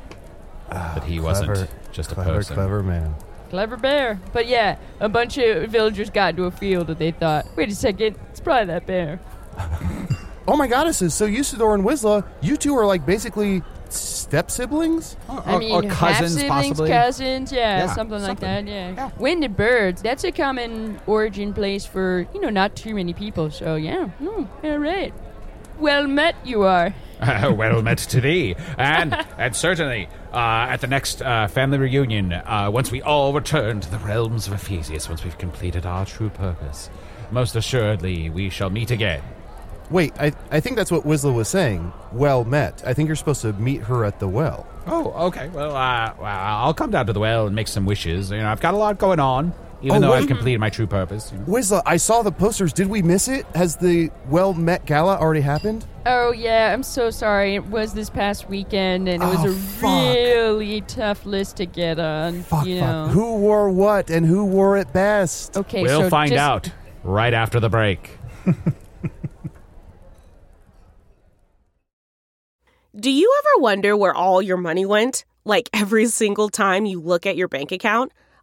that he Ah, clever, wasn't just a clever, person. clever man. Clever bear. But yeah, a bunch of villagers got into a field and they thought, wait a second, it's probably that bear. Oh my goddesses, so Usador and Wizla, you two are like basically step siblings? I mean, half-siblings, cousins, yeah, something, like that, yeah. Wind and birds, that's a common origin place for, you know, not too many people, so yeah. Mm, all right. Well met you are. *laughs* well met to thee, and and certainly uh, at the next uh, family reunion, uh, once we all return to the realms of Ephesius, once we've completed our true purpose, most assuredly we shall meet again Wait, I, I think that's what Whistler was saying. Well met. I think you're supposed to meet her at the well. Oh, okay. Well, uh, well, I'll come down to the well and make some wishes. You know, I've got a lot going on, even Oh, though wait. I've completed my true purpose. You know. Whistler, I saw the posters. Did we miss it? Has the well met gala already happened? Oh yeah, I'm so sorry. It was this past weekend, and it was Oh, a really tough list to get on. you know. Who wore what and who wore it best? Okay, we'll so find just- out right after the break. Do you ever wonder where all your money went? Like every single time you look at your bank account?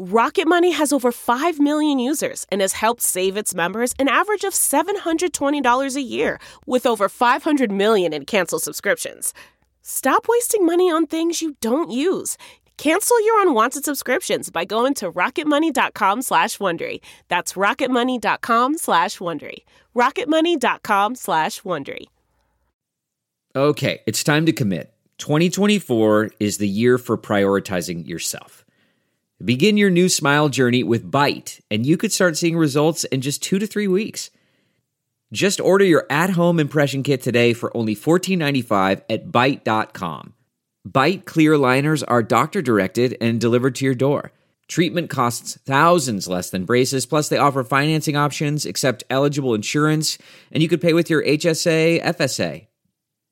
Rocket Money has over 5 million users and has helped save its members an average of $720 a year with over 500 million in canceled subscriptions. Stop wasting money on things you don't use. Cancel your unwanted subscriptions by going to rocketmoney.com slash Wondery. That's rocketmoney.com slash Wondery. rocketmoney.com slash Wondery. Okay, it's time to commit. 2024 is the year for prioritizing yourself. Begin your new smile journey with Bite, and you could start seeing results in just two to three weeks. Just order your at home impression kit today for only $14.95 at Byte.com. Bite clear liners are doctor directed and delivered to your door. Treatment costs thousands less than braces, plus, they offer financing options, accept eligible insurance, and you could pay with your HSA, FSA.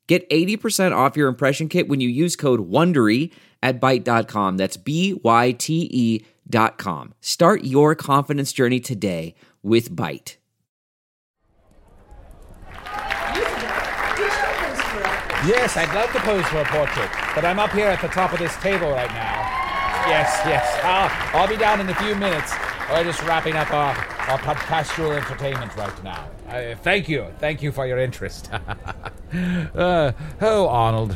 Get 80% off your impression kit when you use code WONDERY at Byte.com. That's B-Y-T-E E dot com. Start your confidence journey today with Byte. Yes, I'd love to pose for a portrait, but I'm up here at the top of this table right now. Yes, yes. I'll, I'll be down in a few minutes. We're just wrapping up our, our podcastual entertainment right now. Uh, thank you. Thank you for your interest. *laughs* uh, oh, Arnold.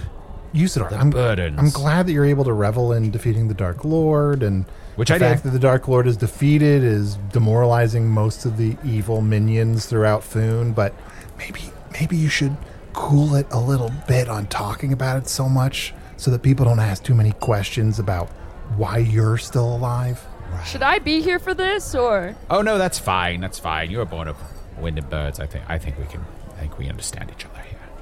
Usador, The I'm, burdens. I'm glad that you're able to revel in defeating the Dark Lord and Which the I did. fact that the Dark Lord is defeated is demoralizing most of the evil minions throughout Foon, but maybe maybe you should cool it a little bit on talking about it so much so that people don't ask too many questions about why you're still alive. Should I be here for this or? Oh no, that's fine. That's fine. You were born of wind and birds. I think. I think we can. I think we understand each other.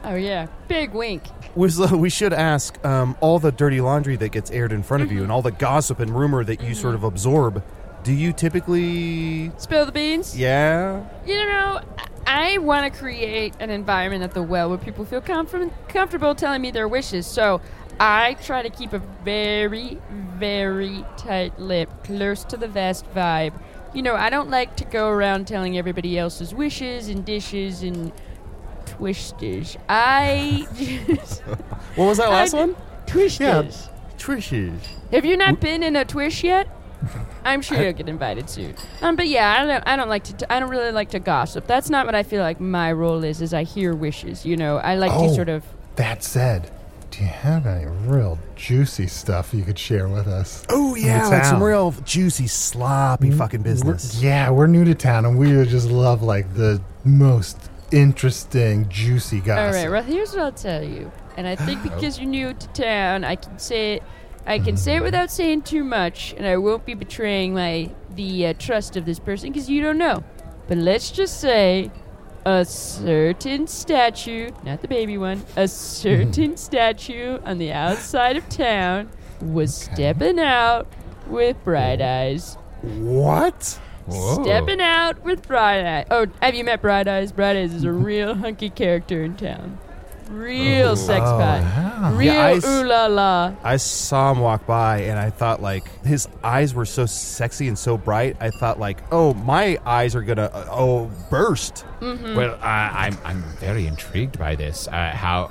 Oh yeah, big wink. Whistler, we should ask um, all the dirty laundry that gets aired in front of Mm-hmm. you and all the gossip and rumor that you sort of absorb. Do you typically. Spill the beans. Yeah? You know, I want to create an environment at the well where people feel comfort- comfortable telling me their wishes. So I try to keep a very, very tight lip, close to the vest vibe. You know, I don't like to go around telling everybody else's wishes and dishes and twisties. I *laughs* just. What was that last I- one? Twishes. Yeah. Twishes. Have you not been in a twish yet? I'm sure you'll get invited soon. Um, but yeah, I don't. I don't like to. T- I don't really like to gossip. That's not what I feel like my role is. Is I hear wishes. You know, I like to Oh. sort of. That said, do you have any real juicy stuff you could share with us? Oh, New yeah. Like some town. real juicy, Mm-hmm. sloppy fucking business. Yeah, we're new to town and we would just love like the most interesting, juicy All gossip. right. Well, here's what I'll tell you. And I think because you're new to town, I can say it. I can say it without saying too much, and I won't be betraying my the uh, trust of this person because you don't know. But let's just say, a certain statue, not the baby one, a certain statue on the outside of town was stepping out with bright eyes. What? Stepping out with Bright Eyes. Oh, have you met Bright Eyes? Bright Eyes is a real *laughs* hunky character in town. Real sex Oh, pot. yeah. Real Yeah, I s- ooh la la. I saw him walk by and I thought like his eyes were so sexy and so bright. I thought like, oh, my eyes are gonna uh, oh burst. Mhm. Well, uh, I'm I'm very intrigued by this. Uh, how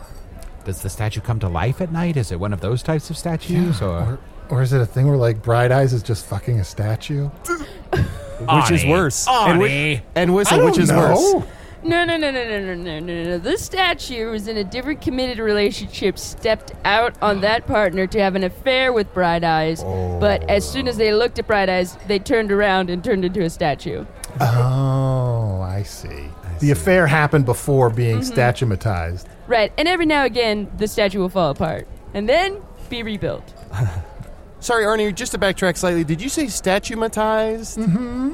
does the statue come to life at night? Is it one of those types of statues, or Or is it a thing where like Bright Eyes is just fucking a statue? *laughs* Which is worse? Arnie. And, whi- and whistle, I which don't is know. worse? No, no, no, no, no, no, no, no, no. This statue is in a different committed relationship, stepped out on that partner to have an affair with Bright Eyes. But as soon as they looked at Bright Eyes, they turned around and turned into a statue. Oh, I see. The affair happened before being Mhm. statumatized. Right, and every now and again, the statue will fall apart and then be rebuilt. Sorry, Arnie, just to backtrack slightly, did you say statumatized? Mm-hmm.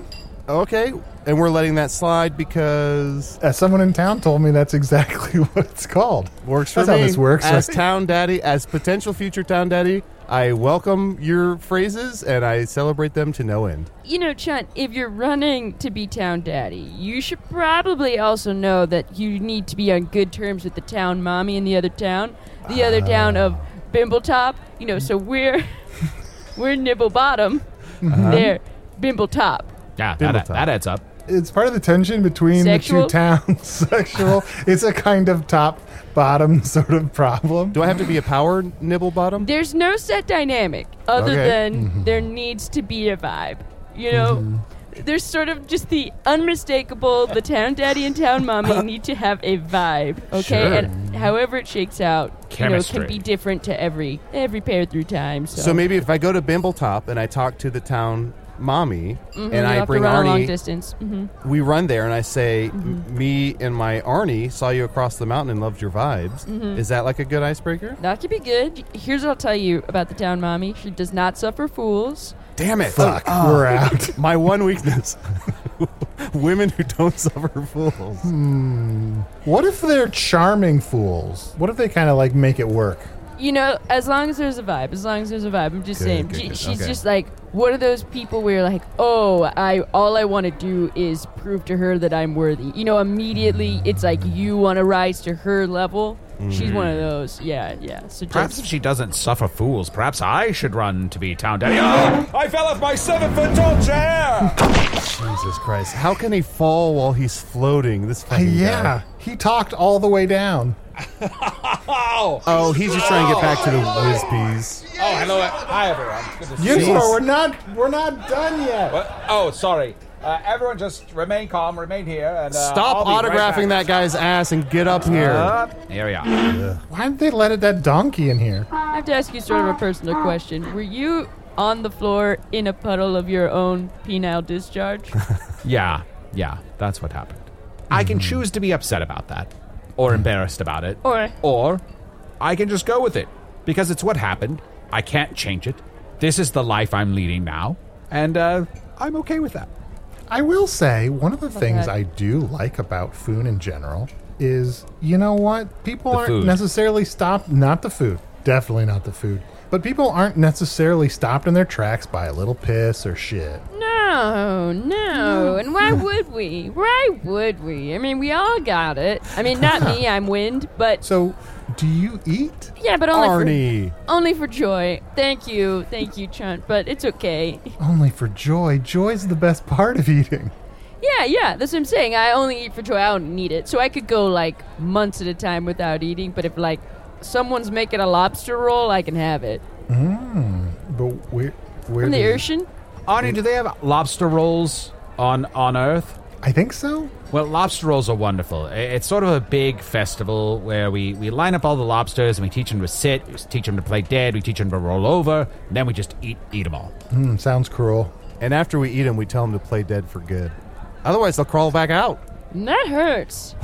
Okay, and we're letting that slide because As Uh, someone in town told me, that's exactly *laughs* what it's called. works for that's me. how this works. As *laughs* right? town daddy, as potential future town daddy, I welcome your phrases and I celebrate them to no end. You know, Chunt, if you're running to be town daddy, you should probably also know that you need to be on good terms with the town mommy in the other town, the other town of Bimbletop. You know, so we're *laughs* we're Nibble Bottom, Mhm. they're Bimbletop. Yeah, Bimbletop. that, that adds up. it's part of the tension between Sexual? the two towns. *laughs* Sexual. it's a kind of top bottom *laughs* sort of problem. Do I have to be a power nibble bottom? There's no set dynamic other Okay. than Mm-hmm. there needs to be a vibe. You know, there's sort of just the unmistakable the town daddy and *laughs* town mommy need to have a vibe, okay? Sure. And however it shakes out, you know, Chemistry. can be different to every every pair through time. So, So. maybe if I go to Bimbletop and I talk to the town mommy Mhm, and you'll I have bring to run a long Arnie, distance. hmm we run there and I say, Mhm. "Me and my Arnie saw you across the mountain and loved your vibes." Mhm. Is that like a good icebreaker? That could be good. Here's what I'll tell you about the town mommy: she does not suffer fools. Damn it! Oh, Fuck, we're out. My one weakness: *laughs* women who don't suffer fools. Hmm. What if they're charming fools? What if they kind of like make it work? You know, as long as there's a vibe, as long as there's a vibe, I'm just Good, saying. good, She- good. She's Okay. just like one of those people where you're like, oh, I all I want to do is prove to her that I'm worthy. You know, immediately it's like you want to rise to her level. She's Mm. one of those. Yeah, yeah. So Perhaps just- if she doesn't suffer fools, perhaps I should run to be town daddy. Oh, *gasps* I fell off my seven foot tall *laughs* chair! Jesus Christ! How can he fall while he's floating? This fucking Uh, yeah, guy. he talked all the way down. Oh, he's just trying to get back to the whizbees. Oh, hello. uh, Hi, everyone. Good to see You you. we're not we're not done yet. What? Oh, sorry. Uh, everyone, just remain calm. Remain here. And, uh, Stop I'll be right autographing back. that guy's ass and get up here. Up. Here we are. Why did they let it, that donkey in here? I have to ask you sort of a personal question. Were you on the floor in a puddle of your own penile discharge? Yeah, yeah, that's what happened. I can choose to be upset about that, or embarrassed about it, Or- or I can just go with it because it's what happened. I can't change it. This is the life I'm leading now, and uh, I'm okay with that. I will say one of the oh Look things at- I do like about Foon in general is you know what people The aren't food. necessarily stopped. Not the food, definitely not the food. But people aren't necessarily stopped in their tracks by a little piss or shit. No, no. And why would we? Why would we? I mean, we all got it. I mean, not me. I'm wind, but so do you eat? Yeah, but only Arnie. for only for joy. Thank you, thank you, Chunt. But it's okay. Only for joy. Joy's the best part of eating. Yeah, yeah. That's what I'm saying. I only eat for joy. I don't need it. So I could go like months at a time without eating. But if like someone's making a lobster roll, I can have it Mm, but where where from the do you- ocean. Arnie, do they have lobster rolls on on Earth? I think so. Well, lobster rolls are wonderful. I- It's sort of a big festival where we, we line up all the lobsters and we teach them to sit, we teach them to play dead, we teach them to roll over, and then we just eat eat them all. Hmm, sounds cruel. And after we eat him, we tell him to play dead for good. Otherwise, they'll crawl back out. And that hurts.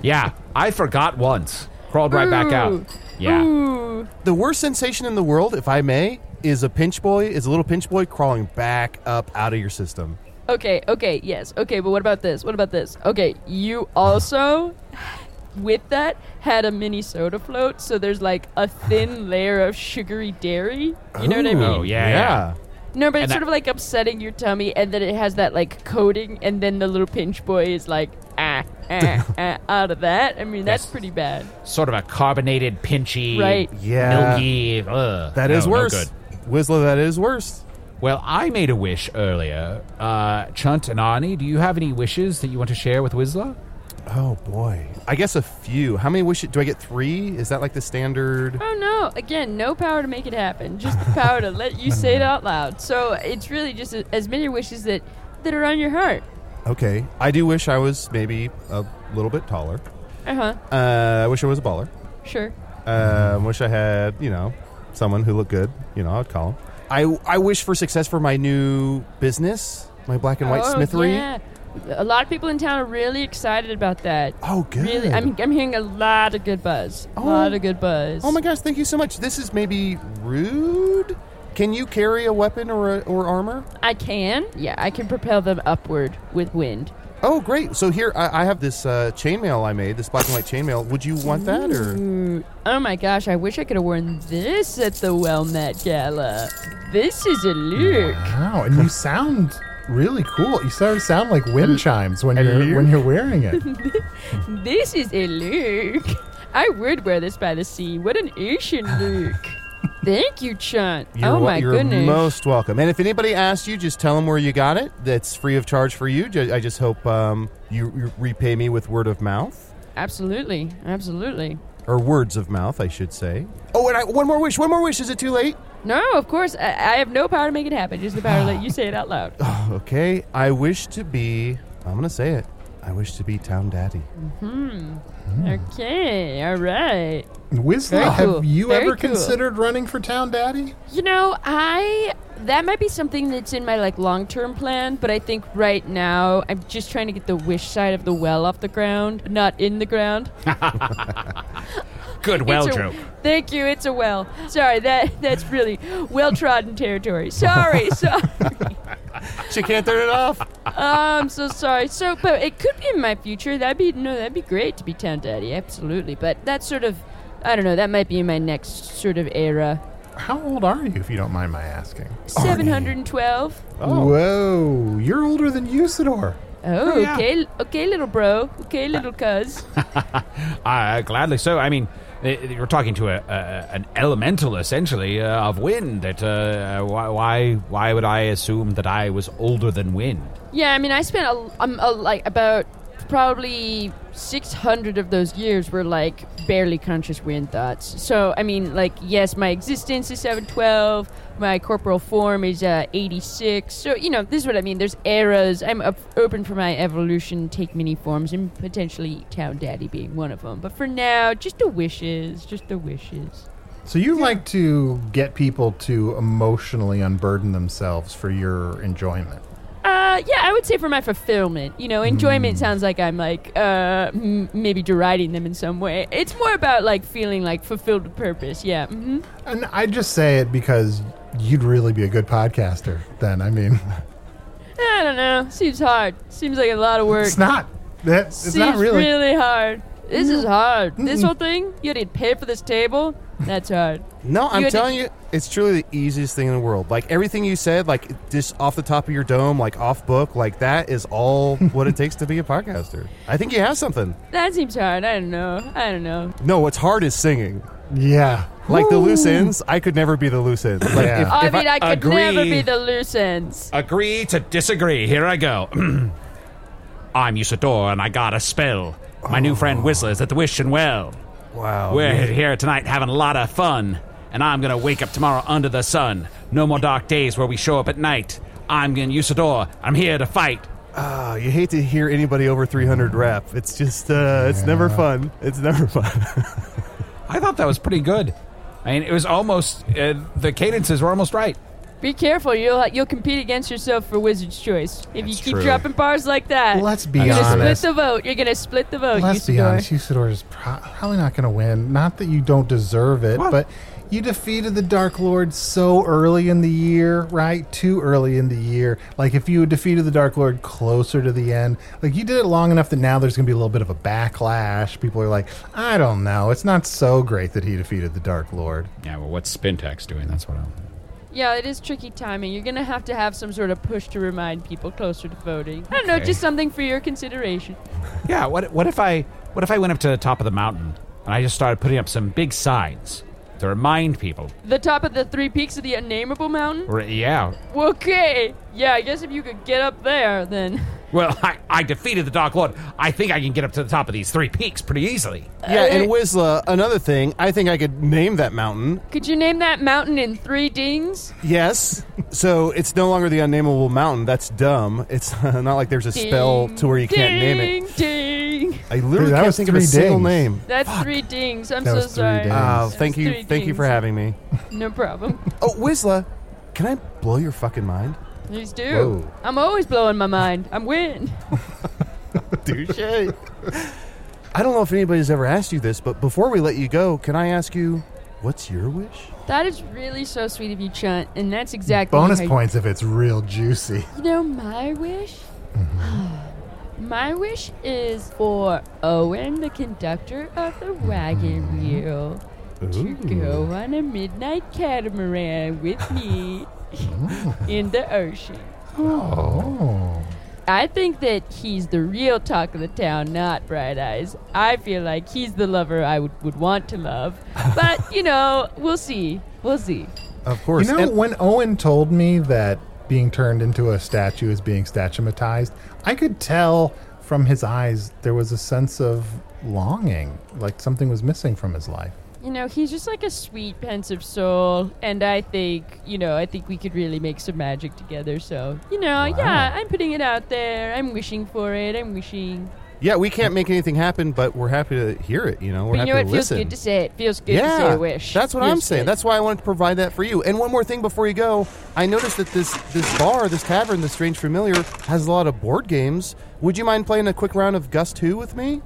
Yeah, I forgot once. Crawled right back out. Ooh. Yeah. The worst sensation in the world, if I may, is a pinch boy, is a little pinch boy crawling back up out of your system. Okay, okay, yes. Okay, but what about this? What about this? Okay, you also with that had a mini soda float, so there's like a thin layer of sugary dairy. You know what I mean? Oh, yeah. Yeah. No, but And it's sort that- of like upsetting your tummy and then it has that like coating and then the little pinch boy is like ah, *laughs* ah, ah, out of that. I mean, that's pretty bad. Sort of a carbonated, pinchy, Right. Yeah. milky. Ugh, That is no, no worse. good. Whistler, that is worse. Well, I made a wish earlier. Uh, Chunt and Arnie, do you have any wishes that you want to share with Whistler? Oh, boy. I guess a few. How many wish do I get? Three? Is that like the standard? Oh no! Again, no power to make it happen. Just the *laughs* power to let you say it out loud. So it's really just a, as many wishes that that are on your heart. Okay. I do wish I was maybe a little bit taller. Uh huh. Uh, I wish I was a baller. Sure. Um, wish I had, you know, someone who looked good. You know, I'd call him. I, I wish for success for my new business, my black and white Oh, smithery. Yeah. A lot of people in town are really excited about that. Oh, good. Really, I'm, I'm hearing a lot of good buzz. A lot of good buzz. Oh my gosh, thank you so much. This is maybe rude. Can you carry a weapon or, a, or armor? I can. Yeah, I can propel them upward with wind. Oh, great. So here, I, I have this uh, chainmail I made, this black and white chainmail. Would you want that or? Ooh. Oh my gosh, I wish I could have worn this at the Well Met Gala. This is a look. Wow, and *laughs* you sound really cool. You start to sound like wind chimes when you're when you're wearing *laughs* it. This is a look. I would wear this by the sea. What an *laughs* ocean look. Thank you, Chunt. You're Oh wel- my you're goodness. most welcome. And if anybody asks you, just tell them where you got it. That's free of charge for you. Ju- I just hope um, you, you repay me with word of mouth absolutely, absolutely. or words of mouth, I should say. Oh, and I, one more wish. One more wish. Is it too late? No, of course. I, I have no power to make it happen. Just the power to let you say it *laughs* out loud. Okay, I wish to be. I'm gonna say it. I wish to be town daddy. Hmm. Okay. All right. Wisla, Very have cool. you Very ever cool. considered running for town daddy? You know, I that might be something that's in my like long-term plan, but I think right now I'm just trying to get the wish side of the well off the ground, not in *laughs* the ground. Good well It's a- joke. Thank you. It's a well. Sorry, that that's really well trodden *laughs* territory. Sorry, sorry. she can't turn it off. Oh, *laughs* I'm so sorry. So, but it could be in my future. That'd be no, that'd be great to be town daddy, absolutely. But that's sort of, I don't know. That might be in my next sort of era. How old are you, if you don't mind my asking? Oh, Oh. Seven hundred and twelve. Oh, Whoa, you're older than Usador. Oh, okay, okay, little bro. Okay, little cuz. Uh, gladly so. I mean, uh, you're talking to a, a an elemental, essentially, uh, of wind. That uh, why why why would I assume that I was older than wind? Yeah, I mean, I spent a, um, a, like about probably 600 of those years were like barely conscious wind thoughts. So, I mean, like, yes, my existence is 712, my corporal form is uh, 86. So, you know, this is what I mean. There's eras. I'm up, open for my evolution, take many forms, and potentially Town Daddy being one of them. But for now, just the wishes, just the wishes. So you like to get people to emotionally unburden themselves for your enjoyment. Uh, yeah, I would say for my fulfillment. You know, enjoyment Hmm. sounds like I'm like uh, m- maybe deriding them in some way. It's more about like feeling like fulfilled with purpose. Yeah. hmm And I just say it because you'd really be a good podcaster then. I mean, *laughs* I don't know. Seems hard. Seems like a lot of work. it's not. that- It's Seems not really. hard. This is hard. This Mm-mm. whole thing. You had to pay for this table. That's *laughs* hard. No, I'm had to- telling you, it's truly the easiest thing in the world. Like everything you said, like just off the top of your dome, like off book, like that is all what it *laughs* takes to be a podcaster. I think you have something. That seems hard. I don't know. I don't know. No, what's hard is singing. Yeah. Like the loose Woo. ends, I could never be the loose ends. Like Yeah. if, I if mean, Oh, I, could never agree. be the loose ends. Agree to disagree. Here I go. *clears throat* I'm Usador, and I got a spell. My new friend Whistler is at the Wishing Well. Wow. We're man. here tonight having a lot of fun, and I'm gonna wake up tomorrow under the sun. No more dark days where we show up at night. I'm gonna Usador. I'm here to fight. Ah, you hate to hear anybody over 300 rap. It's just, uh, it's never fun. It's never *laughs* fun. I thought that was pretty good. I mean, it was almost uh, the cadences were almost right. Be careful. You'll you'll compete against yourself for Wizard's Choice if you keep true. dropping bars like that. Let's be you're gonna honest. split the vote. You're gonna split the vote. Let's be Usador. honest, Usador is pro- probably not going to win. Not that you don't deserve it, but you defeated the Dark Lord so early in the year, right? Too early in the year. Like if you had defeated the Dark Lord closer to the end, like you did it long enough that now there's going to be a little bit of a backlash. People are like, I don't know, it's not so great that he defeated the Dark Lord. Yeah, well, what's Spintax doing? That's what I'm. Yeah, it is tricky timing. You're gonna have to have some sort of push to remind people closer to voting. I don't know, Okay. just something for your consideration. Yeah, what what if I what if I went up to the top of the mountain and I just started putting up some big signs to remind people? The top of the three peaks of the unnameable mountain. Or, yeah, Okay, yeah, I guess if you could get up there, then *laughs* *laughs* Well, I, I defeated the Dark Lord. I think I can get up to the top of these three peaks pretty easily. Yeah, and Whistler, another thing, I think I could name that mountain. Could you name that mountain in three dings? Yes. So it's no longer the unnameable mountain. That's dumb. It's *laughs* not like there's a spell to where you can't name it. Ding, ding. I literally Dude, that can't was think of a three single dings. name. That's three dings. I'm That so was three sorry. dings. Oh, That thank was you- three thank you for dings. having me. No problem. Oh, Whistler, can I blow your fucking mind? Please do. Whoa. I'm always blowing my mind. I'm win. Douche. I don't know if anybody's ever asked you this, but before we let you go, can I ask you, what's your wish? That is really so sweet of you, Chunt, and that's exactly Bonus how you- points if it's real juicy. You know my wish? *sighs* my wish is for Owen, the conductor of the wagon wheel, to go on a midnight catamaran with me in the ocean. Oh. I think that he's the real talk of the town, not Bright Eyes. I feel like he's the lover I would, would want *laughs* to love. But, you know, we'll see. We'll see. Of course. You know, when Owen told me that being turned into a statue is being statumatized, I could tell from his eyes there was a sense of longing, like something was missing from his life. You know, he's just like a sweet, pensive soul, and I think, you know, I think we could really make some magic together. So, you know, yeah, I'm putting it out there. I'm wishing for it. I'm wishing. Yeah, we can't make anything happen, but we're happy to hear it. You know, we're but happy you know, it to feels listen. good to say it. Feels good yeah, to say a wish. that's what Feels I'm saying. good. That's why I wanted to provide that for you. And one more thing before you go, I noticed that this this bar, this tavern, this strange familiar, has a lot of board games. Would you mind playing a quick round of Gust Who with me?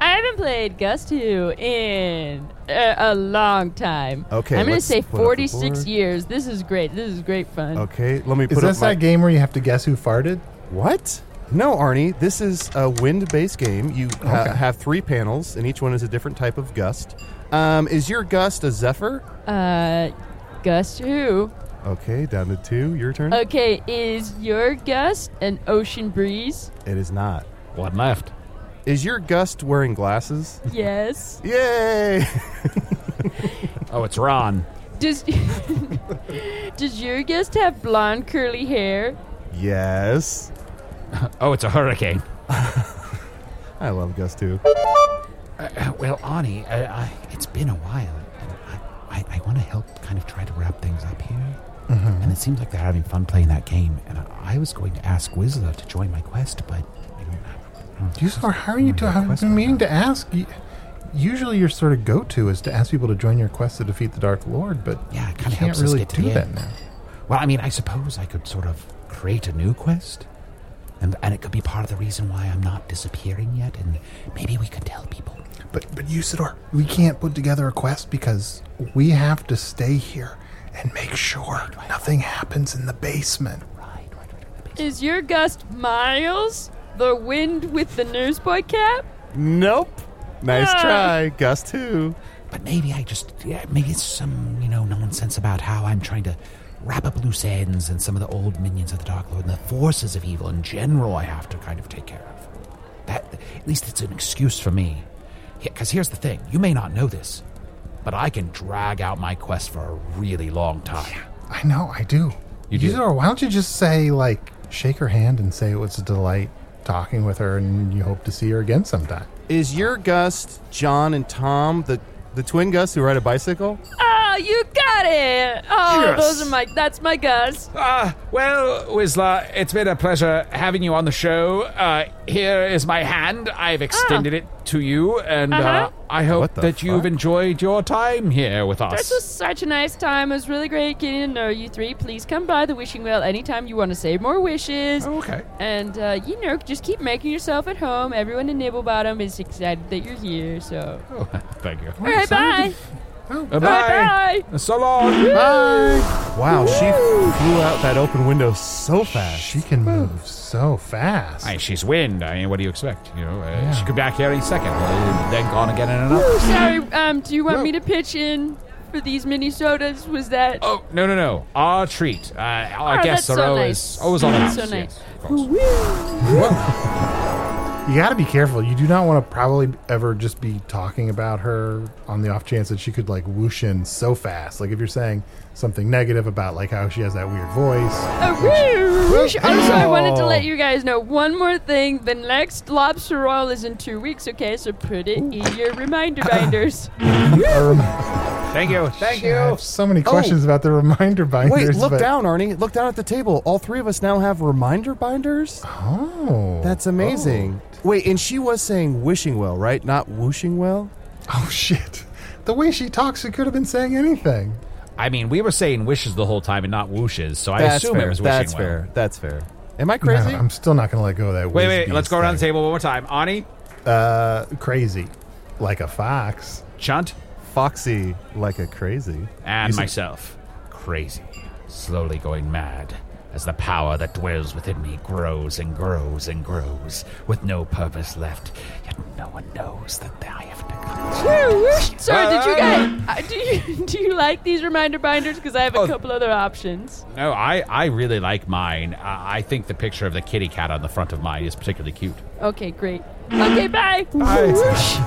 I haven't played Gust Who in a, a long time. Okay, I'm gonna let's say put up the 46 board. years. This is great. This is great fun. Okay, let me Is put this up my that game where you have to guess who farted? What? No, Arnie. This is a wind-based game. You ha- have three panels, and each one is a different type of gust. Um, is your gust a zephyr? Uh, Gust Who? Okay, down to two. Your turn. Okay, is your gust an ocean *laughs* breeze? It is not. One left. Is your gust wearing glasses? Yes. Yay! *laughs* Oh, it's Ron. Does *laughs* Does your guest have blonde curly hair? Yes. Oh, it's a hurricane. I love Gust too. Uh, well, Ani, uh, I, it's been a while. And I, I, I want to help kind of try to wrap things up here. And it seems like they're having fun playing that game. And I, I was going to ask Whistler to join my quest, but You are how are Oh, you to I've been meaning to ask. You, usually, your sort of go-to is to ask people to join your quest to defeat the Dark Lord, but yeah, it you kind of can't helps really us get to do the that end. now. Well, I mean, I suppose I could sort of create a new quest. And, and it could be part of the reason why I'm not disappearing yet. And maybe we could tell people. But but Usador, we can't put together a quest because we have to stay here and make sure nothing happens in the basement. Is your gust Miles, the wind with the newsboy cap? Nope. Nice Ah. try, Gust Who. But maybe I just, yeah, maybe it's some, you know, nonsense about how I'm trying to wrap up loose ends and some of the old minions of the Dark Lord and the forces of evil in general I have to kind of take care of. That, at least it's an excuse for me. Because here's the thing you may not know this, but I can drag out my quest for a really long time. I know, I do. You do? Usador, why don't you just say like shake her hand and say it was a delight talking with her, and you hope to see her again sometime. Is your gust John and Tom, the the twin gusts who ride a bicycle? Oh, you got it! Oh, Yes. those are my. That's my gust. Ah, well, Whistler, it's been a pleasure having you on the show. Uh, here is my hand. I've extended it to you, and uh Ah. Uh-huh. I hope the that you've fuck? enjoyed your time here with us. This was such a nice time. It was really great getting to know you three. Please come by the wishing well anytime you want to say more wishes. Oh, Oh. okay. And uh, you know, just keep making yourself at home. Everyone in Nibblebottom is excited that you're here. So, Oh, Oh, *laughs* Thank you. all right, bye. Bye. Bye. So long. Wow, she flew out that open window so fast. She can move so fast. Hey, she's wind. I mean, what do you expect? You know, uh, she could be back here any second. Uh, then gone again in another. Sorry. Um, do you want me to pitch in for these mini sodas? Was that? Oh, No, no, no. Our treat. Uh, our that's guests are so always nice. always on the That's house. so nice. Yes, of course. You got to be careful. You do not want to probably ever just be talking about her on the off chance that she could like whoosh in so fast. Like if you're saying something negative about like how she has that weird *laughs* voice. also, I wanted to Oh. let you guys know one more thing. The next lobster roll is in two weeks, okay? So put it in your reminder binders. Thank you. Thank I you. have so many Oh. questions about the reminder binders. Wait, look but- down, Arnie. Look down at the table. All three of us now have reminder binders. Oh. That's amazing. Wait, and she was saying wishing well, right? Not whooshing well? Oh, shit. The way she talks, it could have been saying anything. I mean, we were saying wishes the whole time and not whooshes, so I That's assume fair. it was wishing That's well. fair. That's fair. Am I crazy? No, I'm still not going to let go of that. Wait, whiz wait, beast let's go around the table one more time. Ani, thing. Uh, crazy, like a fox. Chunt, Foxy, like a crazy. and You said- myself. Crazy, slowly going mad as the power that dwells within me grows and grows and grows with no purpose left. Yet no one knows that I have Woo, whoosh. Sorry, did you guys? Uh, do you *laughs* do you like these reminder binders? Because I have a couple other options. No, I, I really like mine. I, I think the picture of the kitty cat on the front of mine is particularly cute. Okay, great. Okay, bye. Whoosh.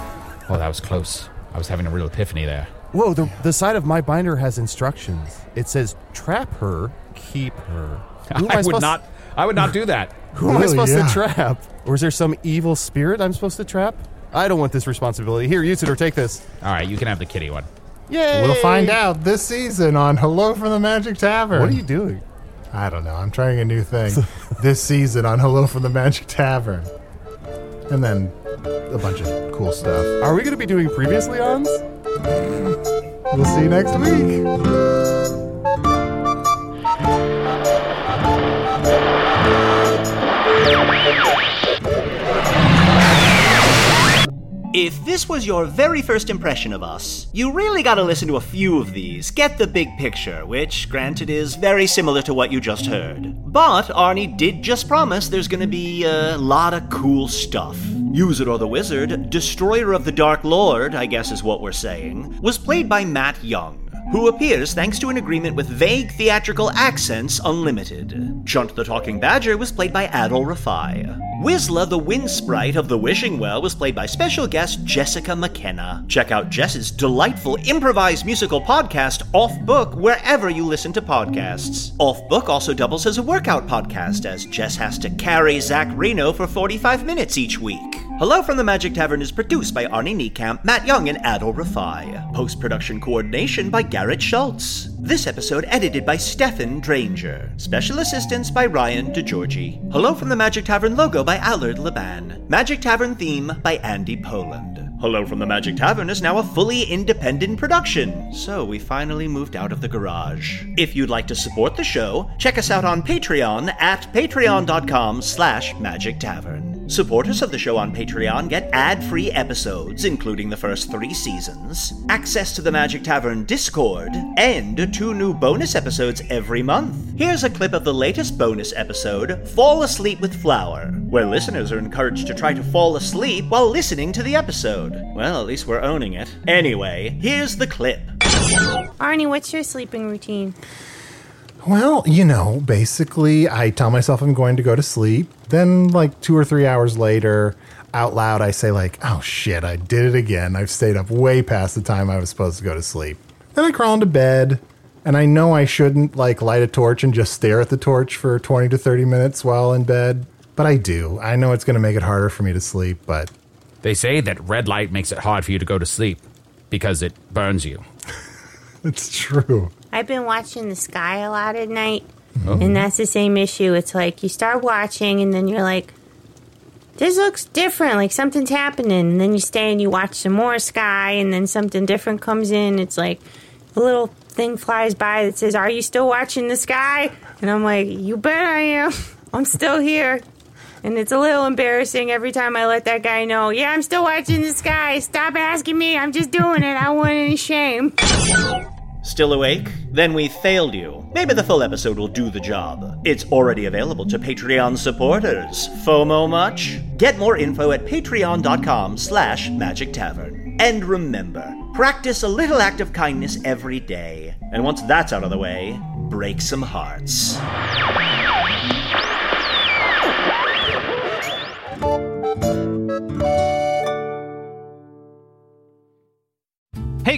Oh, that was close. I was having a real epiphany there. Whoa, the, the side of my binder has instructions. It says trap her, keep her. *laughs* Who *laughs* am I would supposed- not. I would not do that. Who am I supposed to trap? Or is there some evil spirit I'm supposed to trap? I don't want this responsibility. Here, Usador, take this. All right, you can have the kitty one. Yay! We'll find out this season on Hello from the Magic Tavern. What are you doing? I don't know. I'm trying a new thing this season on Hello from the Magic Tavern. And then a bunch of cool stuff. Are we going to be doing previously ons? We'll see you next week. If this was your very first impression of us, you really gotta listen to a few of these, get the big picture, which, granted, is very similar to what you just heard. But Arnie did just promise there's gonna be a lot of cool stuff. User or the Wizard, Destroyer of the Dark Lord, I guess is what we're saying, was played by Matt Young who appears thanks to an agreement with Vague Theatrical Accents Unlimited. Chunt the Talking Badger was played by Adol Rafai. Wizla the Wind Sprite of the Wishing Well was played by special guest Jessica McKenna. Check out Jess's delightful improvised musical podcast, Off Book, wherever you listen to podcasts. Off Book also doubles as a workout podcast, as Jess has to carry Zach Reno for 45 minutes each week. Hello from the Magic Tavern is produced by Arnie Niekamp, Matt Young, and Adol Rafai. Post production coordination by Garrett Schultz. This episode edited by Stefan Dranger. Special assistance by Ryan DeGiorgi. Hello from the Magic Tavern logo by Allard Laban. Magic Tavern theme by Andy Poland. Hello from the Magic Tavern is now a fully independent production, so we finally moved out of the garage. If you'd like to support the show, check us out on Patreon at patreon.com slash magic tavern. Supporters of the show on Patreon get ad-free episodes, including the first three seasons, access to the Magic Tavern Discord, and two new bonus episodes every month. Here's a clip of the latest bonus episode, Fall Asleep with Flower, where listeners are encouraged to try to fall asleep while listening to the episode. Well, at least we're owning it. Anyway, here's the clip. Arnie, what's your sleeping routine? Well, you know, basically, I tell myself I'm going to go to sleep. Then, like two or three hours later, out loud, I say, like, "Oh shit, I did it again! I've stayed up way past the time I was supposed to go to sleep." Then I crawl into bed, and I know I shouldn't like light a torch and just stare at the torch for twenty to thirty minutes while in bed, but I do. I know it's going to make it harder for me to sleep, but *laughs* They say that red light makes it hard for you to go to sleep because it burns you. it's true. I've been watching the sky a lot at night, Oh. and that's the same issue. It's like you start watching, and then you're like, this looks different, like something's happening. And then you stay and you watch some more sky, and then something different comes in. It's like a little thing flies by that says, Are you still watching the sky? And I'm like, You bet I am. *laughs* I'm still here. And it's a little embarrassing every time I let that guy know, Yeah, I'm still watching the sky. Stop asking me. I'm just doing it. I don't want any shame. Still awake? Then we failed you. Maybe the full episode will do the job. It's already available to Patreon supporters. FOMO much? Get more info at patreon.com slash magic tavern. And remember, practice a little act of kindness every day. And once that's out of the way, break some hearts. Hey